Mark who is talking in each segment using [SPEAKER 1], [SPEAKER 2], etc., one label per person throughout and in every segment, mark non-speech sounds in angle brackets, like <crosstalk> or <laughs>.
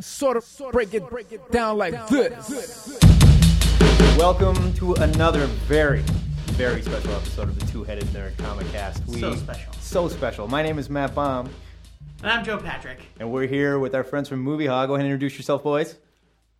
[SPEAKER 1] sort of break it, break it down like this.
[SPEAKER 2] Welcome to another very, very special episode of the Two Headed Nerd Comic Cast. We,
[SPEAKER 3] So special.
[SPEAKER 2] So special. My name is Matt Baum,
[SPEAKER 3] And I'm Joe Patrick.
[SPEAKER 2] and we're here with our friends from Movie Hog. Go ahead and introduce yourself, boys.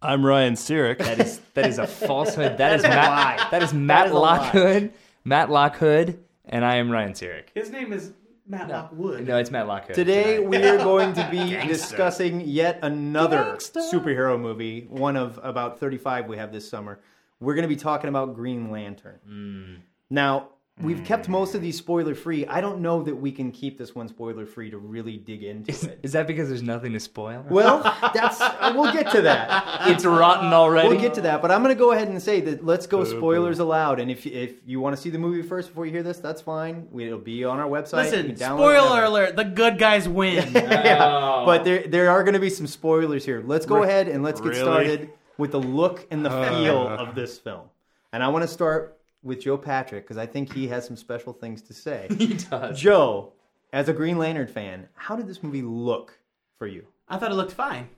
[SPEAKER 4] I'm Ryan Sirik.
[SPEAKER 5] That is that is a falsehood. That is Matt. That is Matt
[SPEAKER 2] is a lie.
[SPEAKER 5] Lockhood. Matt Lockhood, and I am Ryan Sirik.
[SPEAKER 3] His name is Matt Lockwood.
[SPEAKER 5] No, it's Matt Lockhood.
[SPEAKER 2] Today,
[SPEAKER 5] tonight.
[SPEAKER 2] we are going to be discussing yet another superhero movie, one of about 35 we have this summer. We're going to be talking about Green Lantern. Now, we've kept most of these spoiler free. I don't know that we can keep this one spoiler free to really dig into it.
[SPEAKER 5] is that because there's nothing to spoil?
[SPEAKER 2] Well, that's we'll get to that.
[SPEAKER 5] it's rotten already.
[SPEAKER 2] We'll get to that, but I'm going to go ahead and say that let's go spoilers allowed. And if if you want to see the movie first before you hear this, that's fine. We- It'll be on our website. You
[SPEAKER 3] Listen,
[SPEAKER 2] can download
[SPEAKER 3] spoiler
[SPEAKER 2] it, whatever.
[SPEAKER 3] alert, the good guys win.
[SPEAKER 2] <laughs> Yeah, but there there are going to be some spoilers here. Let's go ahead and let's get
[SPEAKER 4] really?
[SPEAKER 2] started with the look and the feel of this film. And I want to start with Joe Patrick because I think he has some special things to <laughs> say.
[SPEAKER 5] he does.
[SPEAKER 2] Joe, as a Green Lantern fan, how did this movie look for you?
[SPEAKER 3] I thought it looked fine.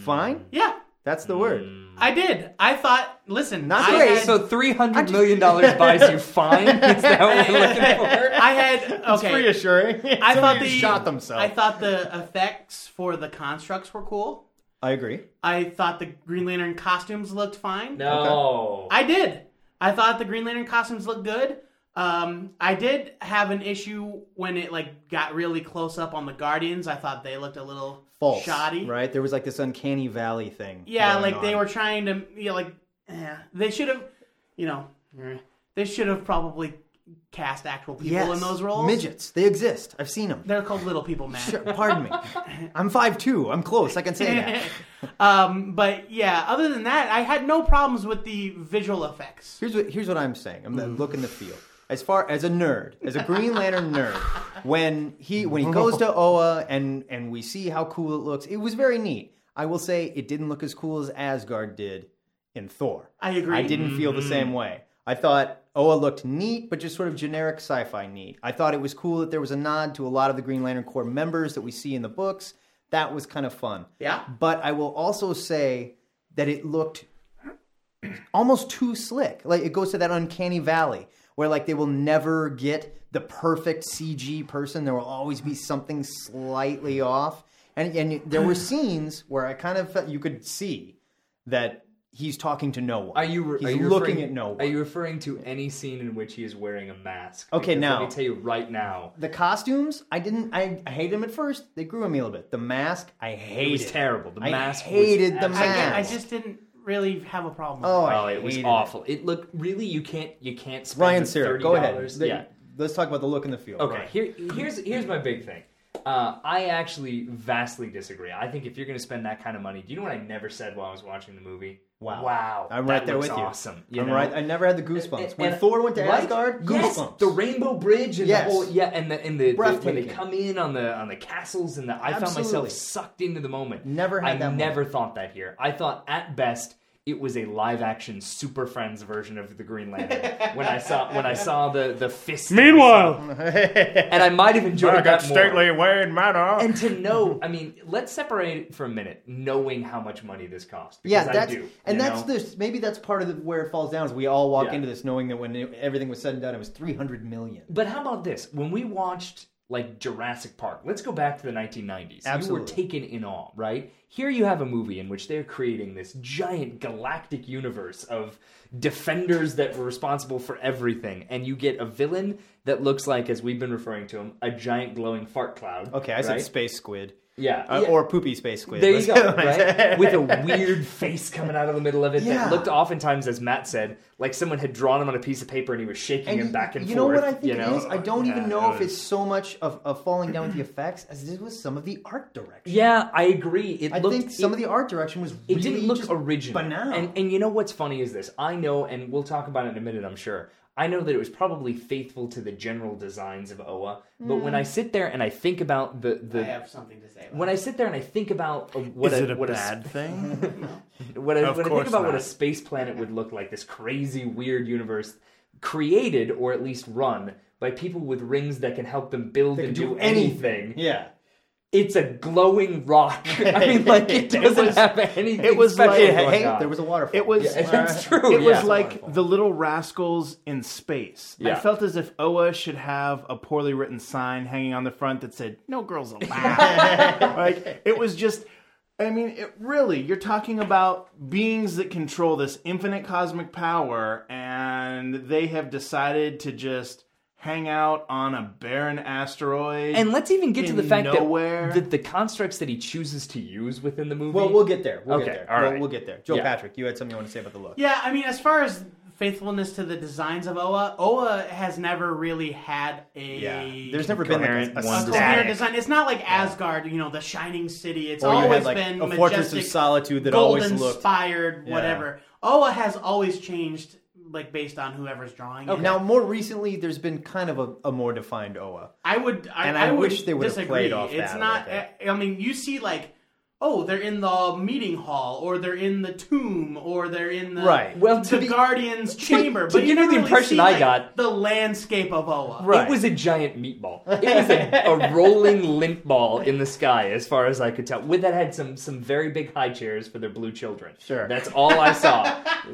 [SPEAKER 2] Fine.
[SPEAKER 3] Yeah,
[SPEAKER 2] That's the word.
[SPEAKER 3] I did. I thought, listen,
[SPEAKER 2] Not
[SPEAKER 3] I
[SPEAKER 2] great, <laughs>
[SPEAKER 3] had,
[SPEAKER 5] So three hundred million dollars buys you <laughs> fine. Is that what we're <laughs> looking for?
[SPEAKER 3] <laughs> I had, okay.
[SPEAKER 2] reassuring. <laughs>
[SPEAKER 3] I thought,
[SPEAKER 2] Somebody
[SPEAKER 3] the,
[SPEAKER 2] shot themselves.
[SPEAKER 3] I thought the effects for the constructs were cool.
[SPEAKER 2] I agree.
[SPEAKER 3] I thought the Green Lantern costumes looked fine.
[SPEAKER 5] No.
[SPEAKER 3] I did. I thought the Green Lantern costumes looked good. Um, I did have an issue when it like got really close up on the Guardians. I thought they looked a little
[SPEAKER 2] False.
[SPEAKER 3] shoddy.
[SPEAKER 2] Right? There was like this uncanny valley thing.
[SPEAKER 3] Yeah,
[SPEAKER 2] going
[SPEAKER 3] like they
[SPEAKER 2] on.
[SPEAKER 3] were trying to, you know, like eh, they should have, you know, eh, they should have probably cast actual people
[SPEAKER 2] Yes.
[SPEAKER 3] in those roles.
[SPEAKER 2] Midgets. They exist. I've seen
[SPEAKER 3] <laughs>
[SPEAKER 2] them.
[SPEAKER 3] They're called little people, man. <laughs>
[SPEAKER 2] Sure, pardon me. I'm 5'2. I'm close. I can say that.
[SPEAKER 3] um, but yeah, other than that, I had no problems with the visual effects.
[SPEAKER 2] Here's what, here's what I'm saying. I'm the
[SPEAKER 3] Mm.
[SPEAKER 2] look and the feel. As far as a nerd, as a Green Lantern
[SPEAKER 3] <laughs>
[SPEAKER 2] nerd, when he when he goes to Oa and and we see how cool it looks, it was very neat. I will say it didn't look as cool as Asgard did in Thor.
[SPEAKER 3] I agree. Mm-hmm.
[SPEAKER 2] I didn't feel the same way. I thought Oa looked neat, but just sort of generic sci-fi neat. I thought it was cool that there was a nod to a lot of the Green Lantern Corps members that we see in the books. That was kind of fun.
[SPEAKER 3] Yeah.
[SPEAKER 2] But I will also say that it looked almost too slick. Like it goes to that uncanny valley where like they will never get the perfect CG person. There will always be something slightly off. And and there
[SPEAKER 5] <sighs>
[SPEAKER 2] were scenes where I kind of felt you could see that he's talking to no one.
[SPEAKER 5] Are you?
[SPEAKER 2] he's
[SPEAKER 5] are you
[SPEAKER 2] looking
[SPEAKER 5] referring-
[SPEAKER 2] at no one.
[SPEAKER 5] Are you referring to any scene in which he is wearing a mask?
[SPEAKER 2] Okay,
[SPEAKER 5] Because
[SPEAKER 2] now-
[SPEAKER 5] let me tell you right now.
[SPEAKER 2] the costumes, I didn't. I, I hated them at first. They grew on me a little bit. The mask, I hated.
[SPEAKER 5] It was terrible. The
[SPEAKER 2] I
[SPEAKER 5] mask was
[SPEAKER 2] hated the
[SPEAKER 5] absolutely
[SPEAKER 3] I,
[SPEAKER 2] mask.
[SPEAKER 3] I just didn't really have a problem. With
[SPEAKER 2] Oh,
[SPEAKER 3] it.
[SPEAKER 2] I
[SPEAKER 5] Oh, it was
[SPEAKER 2] hated
[SPEAKER 5] awful. It looked really. You can't. You can't spend
[SPEAKER 2] Ryan
[SPEAKER 5] the
[SPEAKER 2] Sarah,
[SPEAKER 5] $30.
[SPEAKER 2] go ahead.
[SPEAKER 5] Yeah.
[SPEAKER 2] Let's talk about the look and the feel.
[SPEAKER 5] Okay.
[SPEAKER 2] Ryan.
[SPEAKER 5] Here, here's here's my big thing. Uh, I actually vastly disagree. I think if you're going to spend that kind of money, do you know what I never said while I was watching the movie?
[SPEAKER 2] Wow.
[SPEAKER 5] Wow.
[SPEAKER 2] I'm
[SPEAKER 5] That
[SPEAKER 2] right there
[SPEAKER 5] looks
[SPEAKER 2] with you.
[SPEAKER 5] Awesome.
[SPEAKER 2] I'm right. I never had the goosebumps. When
[SPEAKER 5] And-
[SPEAKER 2] Thor went to
[SPEAKER 5] right?
[SPEAKER 2] Asgard,
[SPEAKER 5] Yes,
[SPEAKER 2] goosebumps.
[SPEAKER 5] the Rainbow Bridge and
[SPEAKER 2] Yes.
[SPEAKER 5] the whole yeah, and the and the, the- when they
[SPEAKER 2] Breathtaking.
[SPEAKER 5] come in on the on the castles and the I found
[SPEAKER 2] Absolutely.
[SPEAKER 5] myself sucked into the moment.
[SPEAKER 2] Never had
[SPEAKER 5] I
[SPEAKER 2] that
[SPEAKER 5] never thought that here. I thought at best it was a live action Super Friends version of the
[SPEAKER 2] <laughs>
[SPEAKER 5] Green Lantern when I saw when I saw the the fist. and I might have enjoyed that more.
[SPEAKER 4] Wayne Manor.
[SPEAKER 5] And to know, I mean, let's separate it for a minute, knowing how much money this cost.
[SPEAKER 2] yeah,
[SPEAKER 5] Because
[SPEAKER 2] that's
[SPEAKER 5] I do,
[SPEAKER 2] and
[SPEAKER 5] you
[SPEAKER 2] that's
[SPEAKER 5] know?
[SPEAKER 2] this. Maybe that's part of the, where it falls down. Is we all walk
[SPEAKER 5] Yeah.
[SPEAKER 2] into this knowing that when it- everything was said and done, it was three hundred million.
[SPEAKER 5] But how about this? When we watched like Jurassic Park, let's go back to the 1990s. You
[SPEAKER 2] Absolutely.
[SPEAKER 5] were taken in awe, right? Here you have a movie in which they're creating this giant galactic universe of defenders that were responsible for everything, and you get a villain that looks like, as we've been referring to him, a giant glowing fart cloud.
[SPEAKER 2] Okay, I said
[SPEAKER 5] right?
[SPEAKER 2] space squid.
[SPEAKER 5] Yeah.
[SPEAKER 2] Uh,
[SPEAKER 5] Yeah.
[SPEAKER 2] or poopy space squid.
[SPEAKER 5] There you
[SPEAKER 2] Let's- <laughs>
[SPEAKER 5] go, right? With a weird face coming out of the middle of it
[SPEAKER 2] Yeah.
[SPEAKER 5] that looked oftentimes, as Matt said, like someone had drawn him on a piece of paper and he was shaking him back and
[SPEAKER 2] you know
[SPEAKER 5] forth.
[SPEAKER 2] what I think
[SPEAKER 5] you know?
[SPEAKER 2] it is? I don't
[SPEAKER 4] Yeah,
[SPEAKER 2] even know
[SPEAKER 4] it
[SPEAKER 2] if it's so much of, of falling down with the effects as it was some of the art direction.
[SPEAKER 5] Yeah, I agree. It
[SPEAKER 2] I
[SPEAKER 5] looked,
[SPEAKER 2] think some
[SPEAKER 5] it,
[SPEAKER 2] of the art direction was
[SPEAKER 5] it
[SPEAKER 2] really
[SPEAKER 5] didn't look
[SPEAKER 2] just
[SPEAKER 5] original.
[SPEAKER 2] banal.
[SPEAKER 5] And and you know what's funny is this. I know, and we'll talk about it in a minute. I'm sure. I know that it was probably faithful to the general designs of Oa, but when I sit there and I think about the
[SPEAKER 3] I
[SPEAKER 5] the
[SPEAKER 3] have something to say. About
[SPEAKER 5] when I sit there and I think about uh, what
[SPEAKER 4] Is
[SPEAKER 5] a,
[SPEAKER 4] it a
[SPEAKER 5] what
[SPEAKER 4] bad thing?
[SPEAKER 5] a what I,
[SPEAKER 4] Of
[SPEAKER 5] when I think
[SPEAKER 4] course
[SPEAKER 5] about what a
[SPEAKER 4] not.
[SPEAKER 5] space planet would look like, this crazy weird universe created or at least run by people with rings that can help them build and
[SPEAKER 2] do
[SPEAKER 5] do anything.
[SPEAKER 2] <laughs> yeah.
[SPEAKER 5] it's a glowing rock. <laughs> I mean,
[SPEAKER 2] <laughs>
[SPEAKER 5] like it doesn't
[SPEAKER 6] was-
[SPEAKER 5] have anything.
[SPEAKER 6] it was
[SPEAKER 5] special
[SPEAKER 6] like-
[SPEAKER 5] going
[SPEAKER 6] hey,
[SPEAKER 5] on.
[SPEAKER 2] There was a waterfall.
[SPEAKER 6] It was
[SPEAKER 5] Yeah, <laughs> that's true.
[SPEAKER 6] It
[SPEAKER 5] yeah.
[SPEAKER 6] was like the Little Rascals in space. I
[SPEAKER 5] Yeah.
[SPEAKER 6] felt as if Oa should have a poorly written sign hanging on the front that said "No
[SPEAKER 5] <laughs>
[SPEAKER 6] girls allowed." like it was just. I mean, it really. You're talking about beings that control this infinite cosmic power, and they have decided to just hang out on a barren asteroid.
[SPEAKER 5] and let's even get to
[SPEAKER 6] in
[SPEAKER 5] the fact
[SPEAKER 6] nowhere.
[SPEAKER 5] that that the constructs that he chooses to use within the movie.
[SPEAKER 2] Well, we'll get there. We'll get
[SPEAKER 5] Okay,
[SPEAKER 2] there.
[SPEAKER 5] all
[SPEAKER 2] we'll,
[SPEAKER 5] right.
[SPEAKER 2] we'll get there. Joe
[SPEAKER 5] Yeah.
[SPEAKER 2] Patrick, you had something you want to say about the look?
[SPEAKER 3] Yeah, I mean, as far as faithfulness to the designs of Oa, Oa has never really had a
[SPEAKER 2] Yeah. There's never been like
[SPEAKER 4] Coherent
[SPEAKER 2] a, a
[SPEAKER 4] one
[SPEAKER 3] a
[SPEAKER 2] static-
[SPEAKER 3] coherent design. It's not like Asgard, you know, the shining city. It's
[SPEAKER 2] Or you
[SPEAKER 3] always
[SPEAKER 2] had like
[SPEAKER 3] been
[SPEAKER 2] a
[SPEAKER 3] majestic,
[SPEAKER 2] fortress of solitude that
[SPEAKER 3] gold
[SPEAKER 2] always looked.
[SPEAKER 3] inspired,
[SPEAKER 2] Yeah.
[SPEAKER 3] whatever. Oa has always changed, like based on whoever's drawing it.
[SPEAKER 2] Now, more recently, there's been kind of a, a more defined Oa.
[SPEAKER 3] I would, I,
[SPEAKER 2] And I
[SPEAKER 3] would
[SPEAKER 2] wish they would have
[SPEAKER 3] disagree.
[SPEAKER 2] played off
[SPEAKER 3] It's
[SPEAKER 2] that a
[SPEAKER 3] not.
[SPEAKER 2] little
[SPEAKER 3] I mean, you see, like, oh, they're in the meeting hall, or they're in the tomb, or they're in the
[SPEAKER 2] Right.
[SPEAKER 5] Well, to
[SPEAKER 3] the
[SPEAKER 5] be-
[SPEAKER 3] guardian's chamber.
[SPEAKER 5] to
[SPEAKER 3] But you
[SPEAKER 5] give
[SPEAKER 3] know
[SPEAKER 5] you the impression I got-
[SPEAKER 3] the landscape of Oa.
[SPEAKER 5] It was a giant meatball. It was
[SPEAKER 2] <laughs>
[SPEAKER 5] a, a rolling lint ball in the sky, as far as I could tell. With that had some some very big high chairs for their blue children.
[SPEAKER 2] Sure.
[SPEAKER 5] that's all
[SPEAKER 2] <laughs>
[SPEAKER 5] I saw.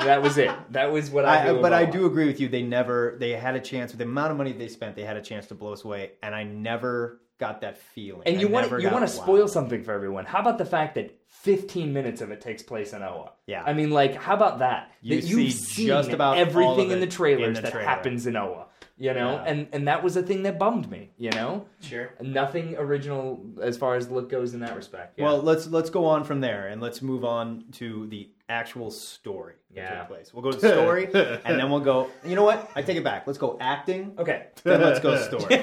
[SPEAKER 5] that was it. That was what I.
[SPEAKER 2] I,
[SPEAKER 5] knew
[SPEAKER 2] but I
[SPEAKER 5] about
[SPEAKER 2] do agree with you. They never. They had a chance with the amount of money they spent. They had a chance to blow us away, and I never got that feeling.
[SPEAKER 5] And you want
[SPEAKER 2] want
[SPEAKER 5] to you want to spoil something for everyone. How about the fact that 15 minutes of it takes place in Oa?
[SPEAKER 2] Yeah.
[SPEAKER 5] I mean, like, how about that?
[SPEAKER 2] You
[SPEAKER 5] that you've
[SPEAKER 2] see
[SPEAKER 5] seen
[SPEAKER 2] just about all
[SPEAKER 5] everything
[SPEAKER 2] of
[SPEAKER 5] in the
[SPEAKER 2] it
[SPEAKER 5] trailers
[SPEAKER 2] in the
[SPEAKER 5] that
[SPEAKER 2] trailer.
[SPEAKER 5] happens in Oa. You know,
[SPEAKER 2] Yeah.
[SPEAKER 5] and and that was a thing that bummed me. You know,
[SPEAKER 3] Sure.
[SPEAKER 5] nothing original as far as look goes in that respect. Yeah.
[SPEAKER 2] Well, let's let's go on from there, and let's move on to the actual story. that
[SPEAKER 5] Yeah.
[SPEAKER 2] took place. We'll go to the
[SPEAKER 5] <laughs>
[SPEAKER 2] story, and then we'll go. You know what? I take it back. Let's go acting.
[SPEAKER 5] okay.
[SPEAKER 2] then let's go
[SPEAKER 5] <laughs>
[SPEAKER 2] story.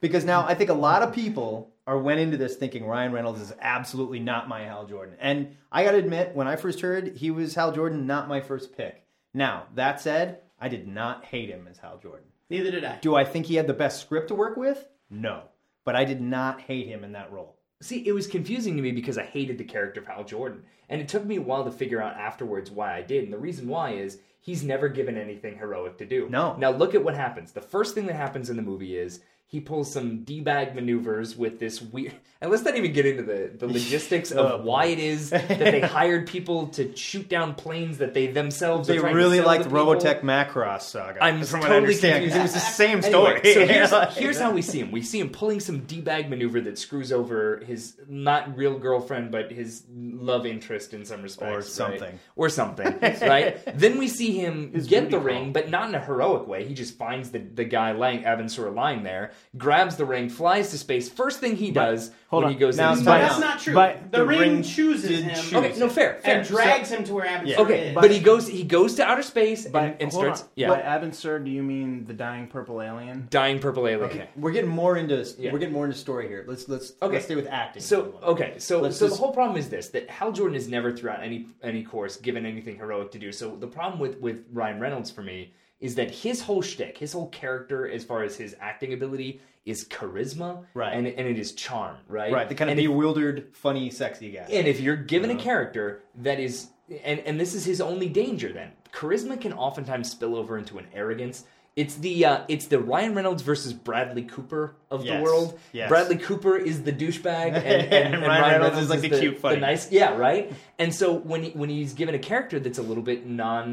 [SPEAKER 2] because now I think a lot of people are went into this thinking Ryan Reynolds is absolutely not my Hal Jordan. And I gotta admit, when I first heard he was Hal Jordan, not my first pick. Now, that said, I did not hate him as Hal Jordan.
[SPEAKER 3] Neither did I.
[SPEAKER 2] Do I think he had the best script to work with? No. But I did not hate him in that role.
[SPEAKER 5] See, it was confusing to me because I hated the character of Hal Jordan. And it took me a while to figure out afterwards why I did. And the reason why is he's never given anything heroic to do.
[SPEAKER 2] No.
[SPEAKER 5] Now look at what happens. The first thing that happens in the movie is he pulls some D bag maneuvers with this weird. And let's not even get into the,
[SPEAKER 2] <laughs>
[SPEAKER 5] the logistics
[SPEAKER 2] Oh,
[SPEAKER 5] of why it is that they hired people to shoot down planes that they themselves are
[SPEAKER 2] They
[SPEAKER 5] trying to
[SPEAKER 2] really
[SPEAKER 5] sell to
[SPEAKER 2] liked
[SPEAKER 5] people.
[SPEAKER 2] Robotech Macross saga.
[SPEAKER 5] I'm
[SPEAKER 2] from what I
[SPEAKER 5] totally
[SPEAKER 2] understand,
[SPEAKER 5] confused.
[SPEAKER 2] because it was the same story.
[SPEAKER 5] Anyway, <laughs>
[SPEAKER 2] <laughs>
[SPEAKER 5] so here's, here's how we see him. We see him pulling some d-bag maneuver that screws over his not real girlfriend, but his love interest in some respects,
[SPEAKER 2] Or
[SPEAKER 5] right?
[SPEAKER 2] something.
[SPEAKER 5] or something, right? Then we see him get the ring, but not in a heroic way. He just finds the the guy lying, Avansor lying there, grabs the ring, flies to space. First thing he does
[SPEAKER 6] hold
[SPEAKER 5] when he
[SPEAKER 6] on.
[SPEAKER 5] goes
[SPEAKER 2] Now,
[SPEAKER 5] in,
[SPEAKER 2] by-
[SPEAKER 3] That's not true.
[SPEAKER 6] But
[SPEAKER 3] the,
[SPEAKER 6] the
[SPEAKER 3] ring,
[SPEAKER 6] ring
[SPEAKER 3] chooses
[SPEAKER 2] did
[SPEAKER 3] him
[SPEAKER 2] choose.
[SPEAKER 5] okay, no, fair, fair.
[SPEAKER 3] and drags him to where Abin
[SPEAKER 2] Yeah.
[SPEAKER 5] okay, but he goes he goes to outer space and,
[SPEAKER 6] By,
[SPEAKER 5] and
[SPEAKER 6] hold
[SPEAKER 5] starts
[SPEAKER 6] on.
[SPEAKER 5] yeah,
[SPEAKER 6] By Abensur, do you mean the dying purple alien?
[SPEAKER 5] dying purple alien.
[SPEAKER 2] we're getting more into
[SPEAKER 5] Yeah.
[SPEAKER 2] we're getting more into story here. Let's let's
[SPEAKER 5] Okay.
[SPEAKER 2] let's stay with acting. for a
[SPEAKER 5] So
[SPEAKER 2] moment.
[SPEAKER 5] okay, so
[SPEAKER 2] Let's
[SPEAKER 5] so
[SPEAKER 2] just-
[SPEAKER 5] the whole problem is this: that Hal Jordan is never throughout any any course given anything heroic to do. So the problem with with Ryan Reynolds for me is that his whole shtick, his whole character, as far as his acting ability, is charisma,
[SPEAKER 2] Right.
[SPEAKER 5] and and it is charm, right?
[SPEAKER 2] Right, the kind of
[SPEAKER 5] and if-
[SPEAKER 2] bewildered, funny, sexy guy.
[SPEAKER 5] and if you're given a character that is, and and this is his only danger, then charisma can oftentimes spill over into an arrogance. It's the uh, it's the Ryan Reynolds versus Bradley Cooper of
[SPEAKER 2] Yes.
[SPEAKER 5] the world.
[SPEAKER 2] Yes.
[SPEAKER 5] Bradley Cooper is the douchebag, and,
[SPEAKER 2] <laughs>
[SPEAKER 5] and, and Ryan, Reynolds, is like the,
[SPEAKER 2] cute, funny
[SPEAKER 5] the nice, yeah, right. And so when he, when he's given a character that's a little bit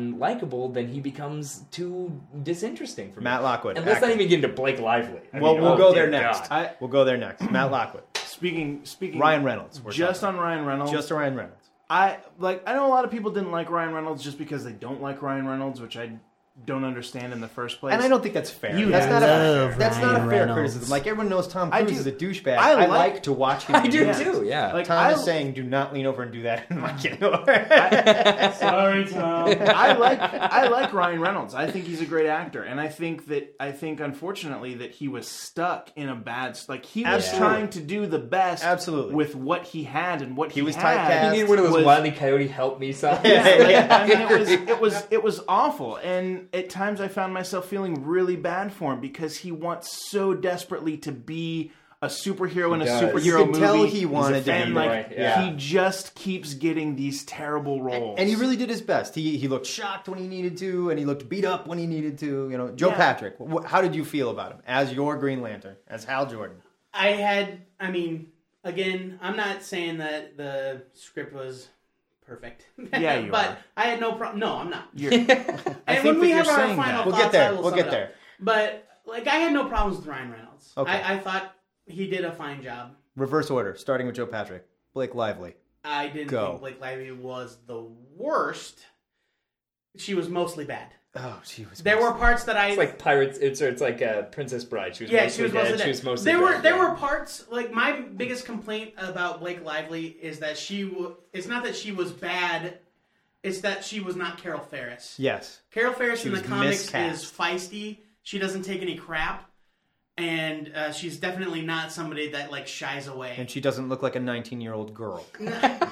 [SPEAKER 5] non-likable, then he becomes too disinteresting for me.
[SPEAKER 2] Matt Lockwood,
[SPEAKER 5] and let's not
[SPEAKER 2] actor.
[SPEAKER 5] even get into Blake Lively. I
[SPEAKER 2] well,
[SPEAKER 5] mean,
[SPEAKER 2] we'll
[SPEAKER 5] oh,
[SPEAKER 2] go there
[SPEAKER 5] dear
[SPEAKER 2] next.
[SPEAKER 5] God.
[SPEAKER 6] I-
[SPEAKER 2] we'll go there next. Matt Lockwood,
[SPEAKER 6] Speaking, speaking.
[SPEAKER 2] Ryan Reynolds. we're
[SPEAKER 6] Just
[SPEAKER 2] talking
[SPEAKER 6] on Ryan Reynolds.
[SPEAKER 2] about. just Ryan Reynolds.
[SPEAKER 6] I like I know a lot of people didn't like Ryan Reynolds just because they don't like Ryan Reynolds, which I don't understand in the first place.
[SPEAKER 2] And I don't think that's fair.
[SPEAKER 6] You
[SPEAKER 2] that's not a,
[SPEAKER 4] love
[SPEAKER 2] that's not a
[SPEAKER 4] Ryan
[SPEAKER 2] fair
[SPEAKER 4] Reynolds.
[SPEAKER 2] criticism. Like everyone knows, Tom
[SPEAKER 6] I
[SPEAKER 2] Cruise
[SPEAKER 6] do-
[SPEAKER 2] is a douchebag.
[SPEAKER 6] I
[SPEAKER 2] I like,
[SPEAKER 6] like-
[SPEAKER 2] to watch him.
[SPEAKER 5] I do
[SPEAKER 2] used.
[SPEAKER 5] too. Yeah.
[SPEAKER 6] like
[SPEAKER 2] Tom
[SPEAKER 6] I,
[SPEAKER 2] is saying, "Do not lean over and do that." I'm not kidding. <laughs> Over.
[SPEAKER 3] Sorry, Tom.
[SPEAKER 6] I like I like Ryan Reynolds. I think he's a great actor, and I think that I think unfortunately that he was stuck in a bad like he was
[SPEAKER 2] Absolutely.
[SPEAKER 6] trying to do the best
[SPEAKER 2] Absolutely.
[SPEAKER 6] with what he had and what he,
[SPEAKER 2] was
[SPEAKER 6] had.
[SPEAKER 2] typecast.
[SPEAKER 5] You need one of those
[SPEAKER 6] was-
[SPEAKER 5] Wiley Coyote help me signs.
[SPEAKER 6] Yeah, like, I mean, it was it was it was awful, and at times I found myself feeling really bad for him because he wants so desperately to be a superhero in a
[SPEAKER 5] does.
[SPEAKER 6] superhero
[SPEAKER 5] You
[SPEAKER 2] could
[SPEAKER 6] movie.
[SPEAKER 2] tell he wanted to
[SPEAKER 6] and
[SPEAKER 2] be
[SPEAKER 6] like
[SPEAKER 5] that. Yeah.
[SPEAKER 6] he just keeps getting these terrible roles,
[SPEAKER 2] and he really did his best. He he looked shocked when he needed to, and he looked beat up when he needed to. You know, Joe
[SPEAKER 6] Yeah.
[SPEAKER 2] Patrick. wh- how did you feel about him as your Green Lantern, as Hal Jordan?
[SPEAKER 3] I had, I mean, again, I'm not saying that the script was perfect.
[SPEAKER 6] Yeah,
[SPEAKER 3] <laughs>
[SPEAKER 6] you
[SPEAKER 3] but
[SPEAKER 6] are.
[SPEAKER 3] I had no problem. No, I'm not.
[SPEAKER 2] <laughs>
[SPEAKER 6] You're, uh, I
[SPEAKER 3] and
[SPEAKER 6] think
[SPEAKER 3] when
[SPEAKER 6] that
[SPEAKER 3] we
[SPEAKER 6] you're
[SPEAKER 3] have our
[SPEAKER 6] saying
[SPEAKER 3] final thoughts,
[SPEAKER 6] that. We'll
[SPEAKER 2] get there.
[SPEAKER 3] I will
[SPEAKER 2] We'll
[SPEAKER 3] sum
[SPEAKER 2] get
[SPEAKER 3] it up.
[SPEAKER 2] there.
[SPEAKER 3] But like, I had no problems with Ryan Reynolds.
[SPEAKER 2] Okay.
[SPEAKER 3] I, I thought he did a fine job.
[SPEAKER 2] Reverse order, starting with Joe Patrick, Blake Lively.
[SPEAKER 3] I didn't
[SPEAKER 2] Go.
[SPEAKER 3] think Blake Lively was the worst. She was mostly bad.
[SPEAKER 2] Oh, she was.
[SPEAKER 3] There were parts that I
[SPEAKER 5] It's like pirates. It's or it's like uh, Princess Bride. She was
[SPEAKER 3] yeah,
[SPEAKER 5] mostly
[SPEAKER 3] she was
[SPEAKER 5] dead.
[SPEAKER 3] mostly dead.
[SPEAKER 5] She was mostly
[SPEAKER 3] there
[SPEAKER 5] dead,
[SPEAKER 3] were there
[SPEAKER 5] yeah.
[SPEAKER 3] were parts like my biggest complaint about Blake Lively is that she w- it's not that she was bad, it's that she was not Carol Ferris.
[SPEAKER 2] yes.
[SPEAKER 3] Carol Ferris in the
[SPEAKER 2] was
[SPEAKER 3] comics
[SPEAKER 2] miscast.
[SPEAKER 3] is feisty. She doesn't take any crap, and uh, she's definitely not somebody that like shies away.
[SPEAKER 2] And she doesn't look like a 19 year old girl.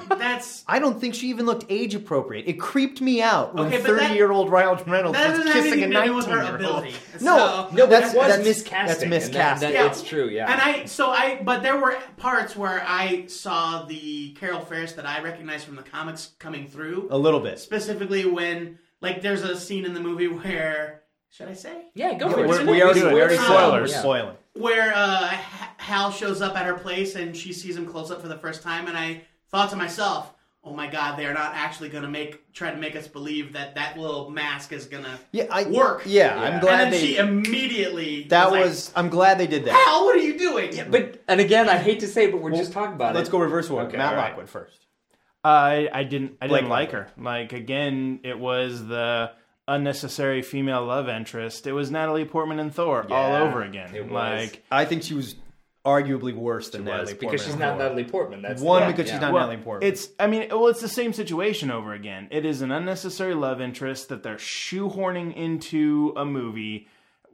[SPEAKER 3] That's
[SPEAKER 2] I don't think she even looked age appropriate. It creeped me out when
[SPEAKER 3] Okay,
[SPEAKER 2] 30
[SPEAKER 3] but that-
[SPEAKER 2] year old Ryan Reynolds
[SPEAKER 3] that doesn't
[SPEAKER 2] was
[SPEAKER 3] have
[SPEAKER 2] kissing a
[SPEAKER 3] anything to
[SPEAKER 2] 19
[SPEAKER 3] do with her
[SPEAKER 2] year old.
[SPEAKER 3] ability.
[SPEAKER 2] No,
[SPEAKER 3] So-
[SPEAKER 5] No, but
[SPEAKER 2] That's-
[SPEAKER 5] that was
[SPEAKER 2] that's- that's
[SPEAKER 5] miscasting. and that-
[SPEAKER 2] miscasting.
[SPEAKER 5] that-
[SPEAKER 3] Yeah.
[SPEAKER 5] It's true. Yeah.
[SPEAKER 3] And I so I but there were parts where I saw the Carol Ferris that I recognized from the comics coming through.
[SPEAKER 2] A little bit.
[SPEAKER 3] Specifically when like there's a scene in the movie where should I say?
[SPEAKER 5] yeah, go for
[SPEAKER 2] We're-
[SPEAKER 5] it. Oh, It's an
[SPEAKER 2] we already,
[SPEAKER 5] episode.
[SPEAKER 2] we already
[SPEAKER 5] Um,
[SPEAKER 2] spoilers.
[SPEAKER 5] yeah.
[SPEAKER 2] Spoiling.
[SPEAKER 3] Where uh, Ha- Hal shows up at her place and she sees him close up for the first time and I thought to myself, Oh my god, they're not actually gonna make try to make us believe that that little mask is gonna
[SPEAKER 2] Yeah, I,
[SPEAKER 3] work.
[SPEAKER 2] Yeah, I'm
[SPEAKER 5] And
[SPEAKER 2] glad
[SPEAKER 3] and then
[SPEAKER 2] they.
[SPEAKER 3] she immediately
[SPEAKER 2] that
[SPEAKER 3] like,
[SPEAKER 2] was. I'm glad they did that.
[SPEAKER 3] Hal, what are you doing?
[SPEAKER 5] But and again, I hate to say, it, but we're just talking about
[SPEAKER 2] Let's
[SPEAKER 5] it.
[SPEAKER 2] go reverse order.
[SPEAKER 5] Okay,
[SPEAKER 2] Matt
[SPEAKER 5] all right.
[SPEAKER 2] Lockwood first.
[SPEAKER 6] I I didn't I
[SPEAKER 2] Blake
[SPEAKER 6] didn't like her. Like again, it was the unnecessary female love interest. It was Natalie Portman and Thor
[SPEAKER 5] Yeah,
[SPEAKER 6] all over again.
[SPEAKER 5] it was.
[SPEAKER 6] Like
[SPEAKER 2] I think she was arguably worse than
[SPEAKER 5] It was,
[SPEAKER 2] Natalie
[SPEAKER 5] because she's
[SPEAKER 2] Portman.
[SPEAKER 5] not Natalie Portman. That's
[SPEAKER 2] One,
[SPEAKER 5] yeah,
[SPEAKER 2] because she's
[SPEAKER 5] yeah.
[SPEAKER 2] not
[SPEAKER 6] well,
[SPEAKER 2] Natalie Portman.
[SPEAKER 6] It's I mean, well, it's the same situation over again. It is an unnecessary love interest that they're shoehorning into a movie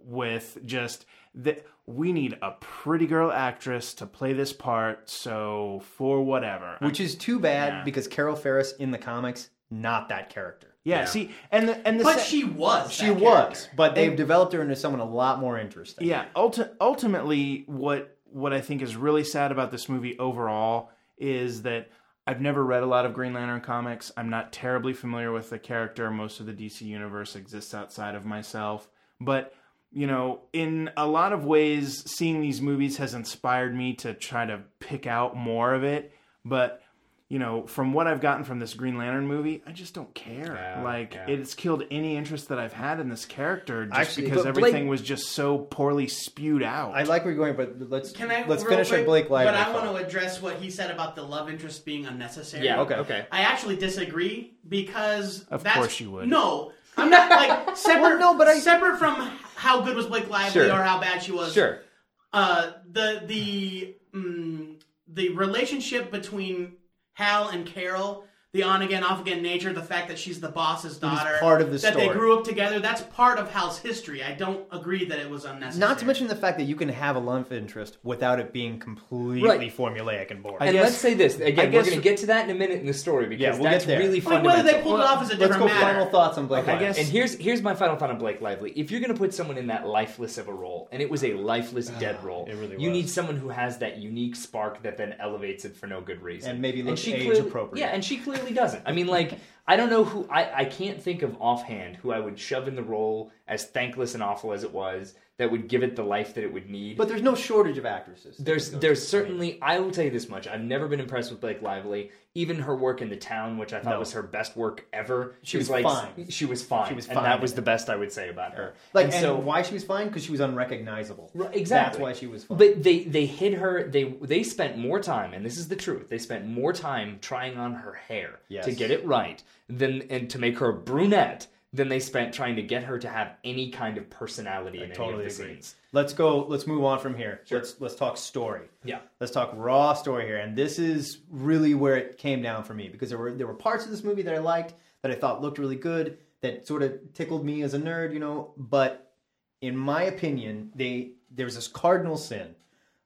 [SPEAKER 6] with just that we need a pretty girl actress to play this part. So for whatever,
[SPEAKER 2] which is too bad because Carol Ferris in the comics not that character.
[SPEAKER 6] yeah, See, and the and the
[SPEAKER 3] But
[SPEAKER 6] se-
[SPEAKER 3] she was.
[SPEAKER 2] She
[SPEAKER 3] that
[SPEAKER 2] was,
[SPEAKER 3] character.
[SPEAKER 2] but they've developed her into someone a lot more interesting.
[SPEAKER 6] Yeah, ulti- ultimately, what what I think is really sad about this movie overall is that I've never read a lot of Green Lantern comics. I'm not terribly familiar with the character. Most of the DC universe exists outside of myself, but you know, in a lot of ways, seeing these movies has inspired me to try to pick out more of it. But you know, from what I've gotten from this Green Lantern movie, I just don't care.
[SPEAKER 5] Yeah,
[SPEAKER 6] like,
[SPEAKER 5] yeah.
[SPEAKER 6] it's killed any interest that I've had in this character just
[SPEAKER 2] Actually-
[SPEAKER 6] because
[SPEAKER 5] But Blake-
[SPEAKER 6] everything was just so poorly spewed out.
[SPEAKER 2] I like where you're going, but let's
[SPEAKER 3] Can I?
[SPEAKER 2] let's
[SPEAKER 3] real
[SPEAKER 2] finish
[SPEAKER 3] quick,
[SPEAKER 2] our Blake Lively.
[SPEAKER 3] But I want
[SPEAKER 2] thought.
[SPEAKER 3] to address what he said about the love interest being unnecessary.
[SPEAKER 5] Yeah.
[SPEAKER 2] Okay.
[SPEAKER 5] Okay. Okay.
[SPEAKER 3] I actually disagree because
[SPEAKER 6] Of
[SPEAKER 3] that's,
[SPEAKER 6] course you would.
[SPEAKER 3] No, I'm
[SPEAKER 2] <laughs>
[SPEAKER 3] not like separate.
[SPEAKER 2] no, but I-
[SPEAKER 3] separate from how good was Blake Lively
[SPEAKER 5] Sure.
[SPEAKER 3] or how bad she was.
[SPEAKER 5] Sure.
[SPEAKER 3] Uh, the the mm, the relationship between Hal and Carol. The on again, off again nature, the fact that she's the boss's daughter,
[SPEAKER 2] part of the
[SPEAKER 3] that they
[SPEAKER 2] story.
[SPEAKER 3] grew up together, that's part of Hal's history. I don't agree that it was unnecessary.
[SPEAKER 2] Not to mention the fact that you can have a love interest without it being completely
[SPEAKER 5] Right.
[SPEAKER 2] formulaic and boring.
[SPEAKER 5] And
[SPEAKER 6] guess-
[SPEAKER 5] let's say this again.
[SPEAKER 6] guess-
[SPEAKER 5] we're going to get to that in a minute in the story because
[SPEAKER 2] Yeah, we'll
[SPEAKER 5] that's
[SPEAKER 2] get there.
[SPEAKER 5] really
[SPEAKER 3] like
[SPEAKER 5] fundamental.
[SPEAKER 3] whether they pulled it off is a
[SPEAKER 2] let's
[SPEAKER 3] different
[SPEAKER 2] go.
[SPEAKER 3] matter.
[SPEAKER 2] Final thoughts on Blake.
[SPEAKER 6] I
[SPEAKER 2] Lively.
[SPEAKER 6] guess-
[SPEAKER 5] And here's here's my final thought on Blake Lively. If you're going to put someone in that lifeless of a role, and it was a lifeless dead role,
[SPEAKER 2] Ah, it really
[SPEAKER 5] you
[SPEAKER 2] was.
[SPEAKER 5] need someone who has that unique spark that then elevates it for no good reason,
[SPEAKER 2] And maybe looks age
[SPEAKER 5] clearly-
[SPEAKER 2] appropriate.
[SPEAKER 5] Yeah, and she clearly doesn't. I
[SPEAKER 2] <laughs>
[SPEAKER 5] mean, like I don't know who I I can't think of offhand who I would shove in the role as thankless and awful as it was that would give it the life that it would need.
[SPEAKER 2] but there's no shortage of actresses.
[SPEAKER 5] There's there's certainly I will tell you this much. I've never been impressed with Blake Lively. Even her work in The Town, which I thought was her best work ever. She
[SPEAKER 2] was
[SPEAKER 5] like
[SPEAKER 2] fine.
[SPEAKER 5] she was fine.
[SPEAKER 2] She was
[SPEAKER 5] and
[SPEAKER 2] fine
[SPEAKER 5] that
[SPEAKER 2] in
[SPEAKER 5] was
[SPEAKER 2] it.
[SPEAKER 5] the best I would say about her.
[SPEAKER 2] like
[SPEAKER 5] and
[SPEAKER 2] and
[SPEAKER 5] so
[SPEAKER 2] why she was fine because she was unrecognizable.
[SPEAKER 5] Right,
[SPEAKER 2] That's
[SPEAKER 5] exactly.
[SPEAKER 2] why she was fine.
[SPEAKER 5] But they they hid her. They they spent more time, and this is the truth. They spent more time trying on her hair
[SPEAKER 2] Yes.
[SPEAKER 5] to get it right than and to make her a brunette than they spent trying to get her to have any kind of personality in
[SPEAKER 2] totally
[SPEAKER 5] any of the
[SPEAKER 2] agree.
[SPEAKER 5] scenes.
[SPEAKER 2] Let's go. Let's move on from here. Let's let's talk story.
[SPEAKER 5] Yeah.
[SPEAKER 2] Let's talk raw story here, and this is really where it came down for me because there were there were parts of this movie that I liked that I thought looked really good that sort of tickled me as a nerd, you know. But in my opinion, they there's this cardinal sin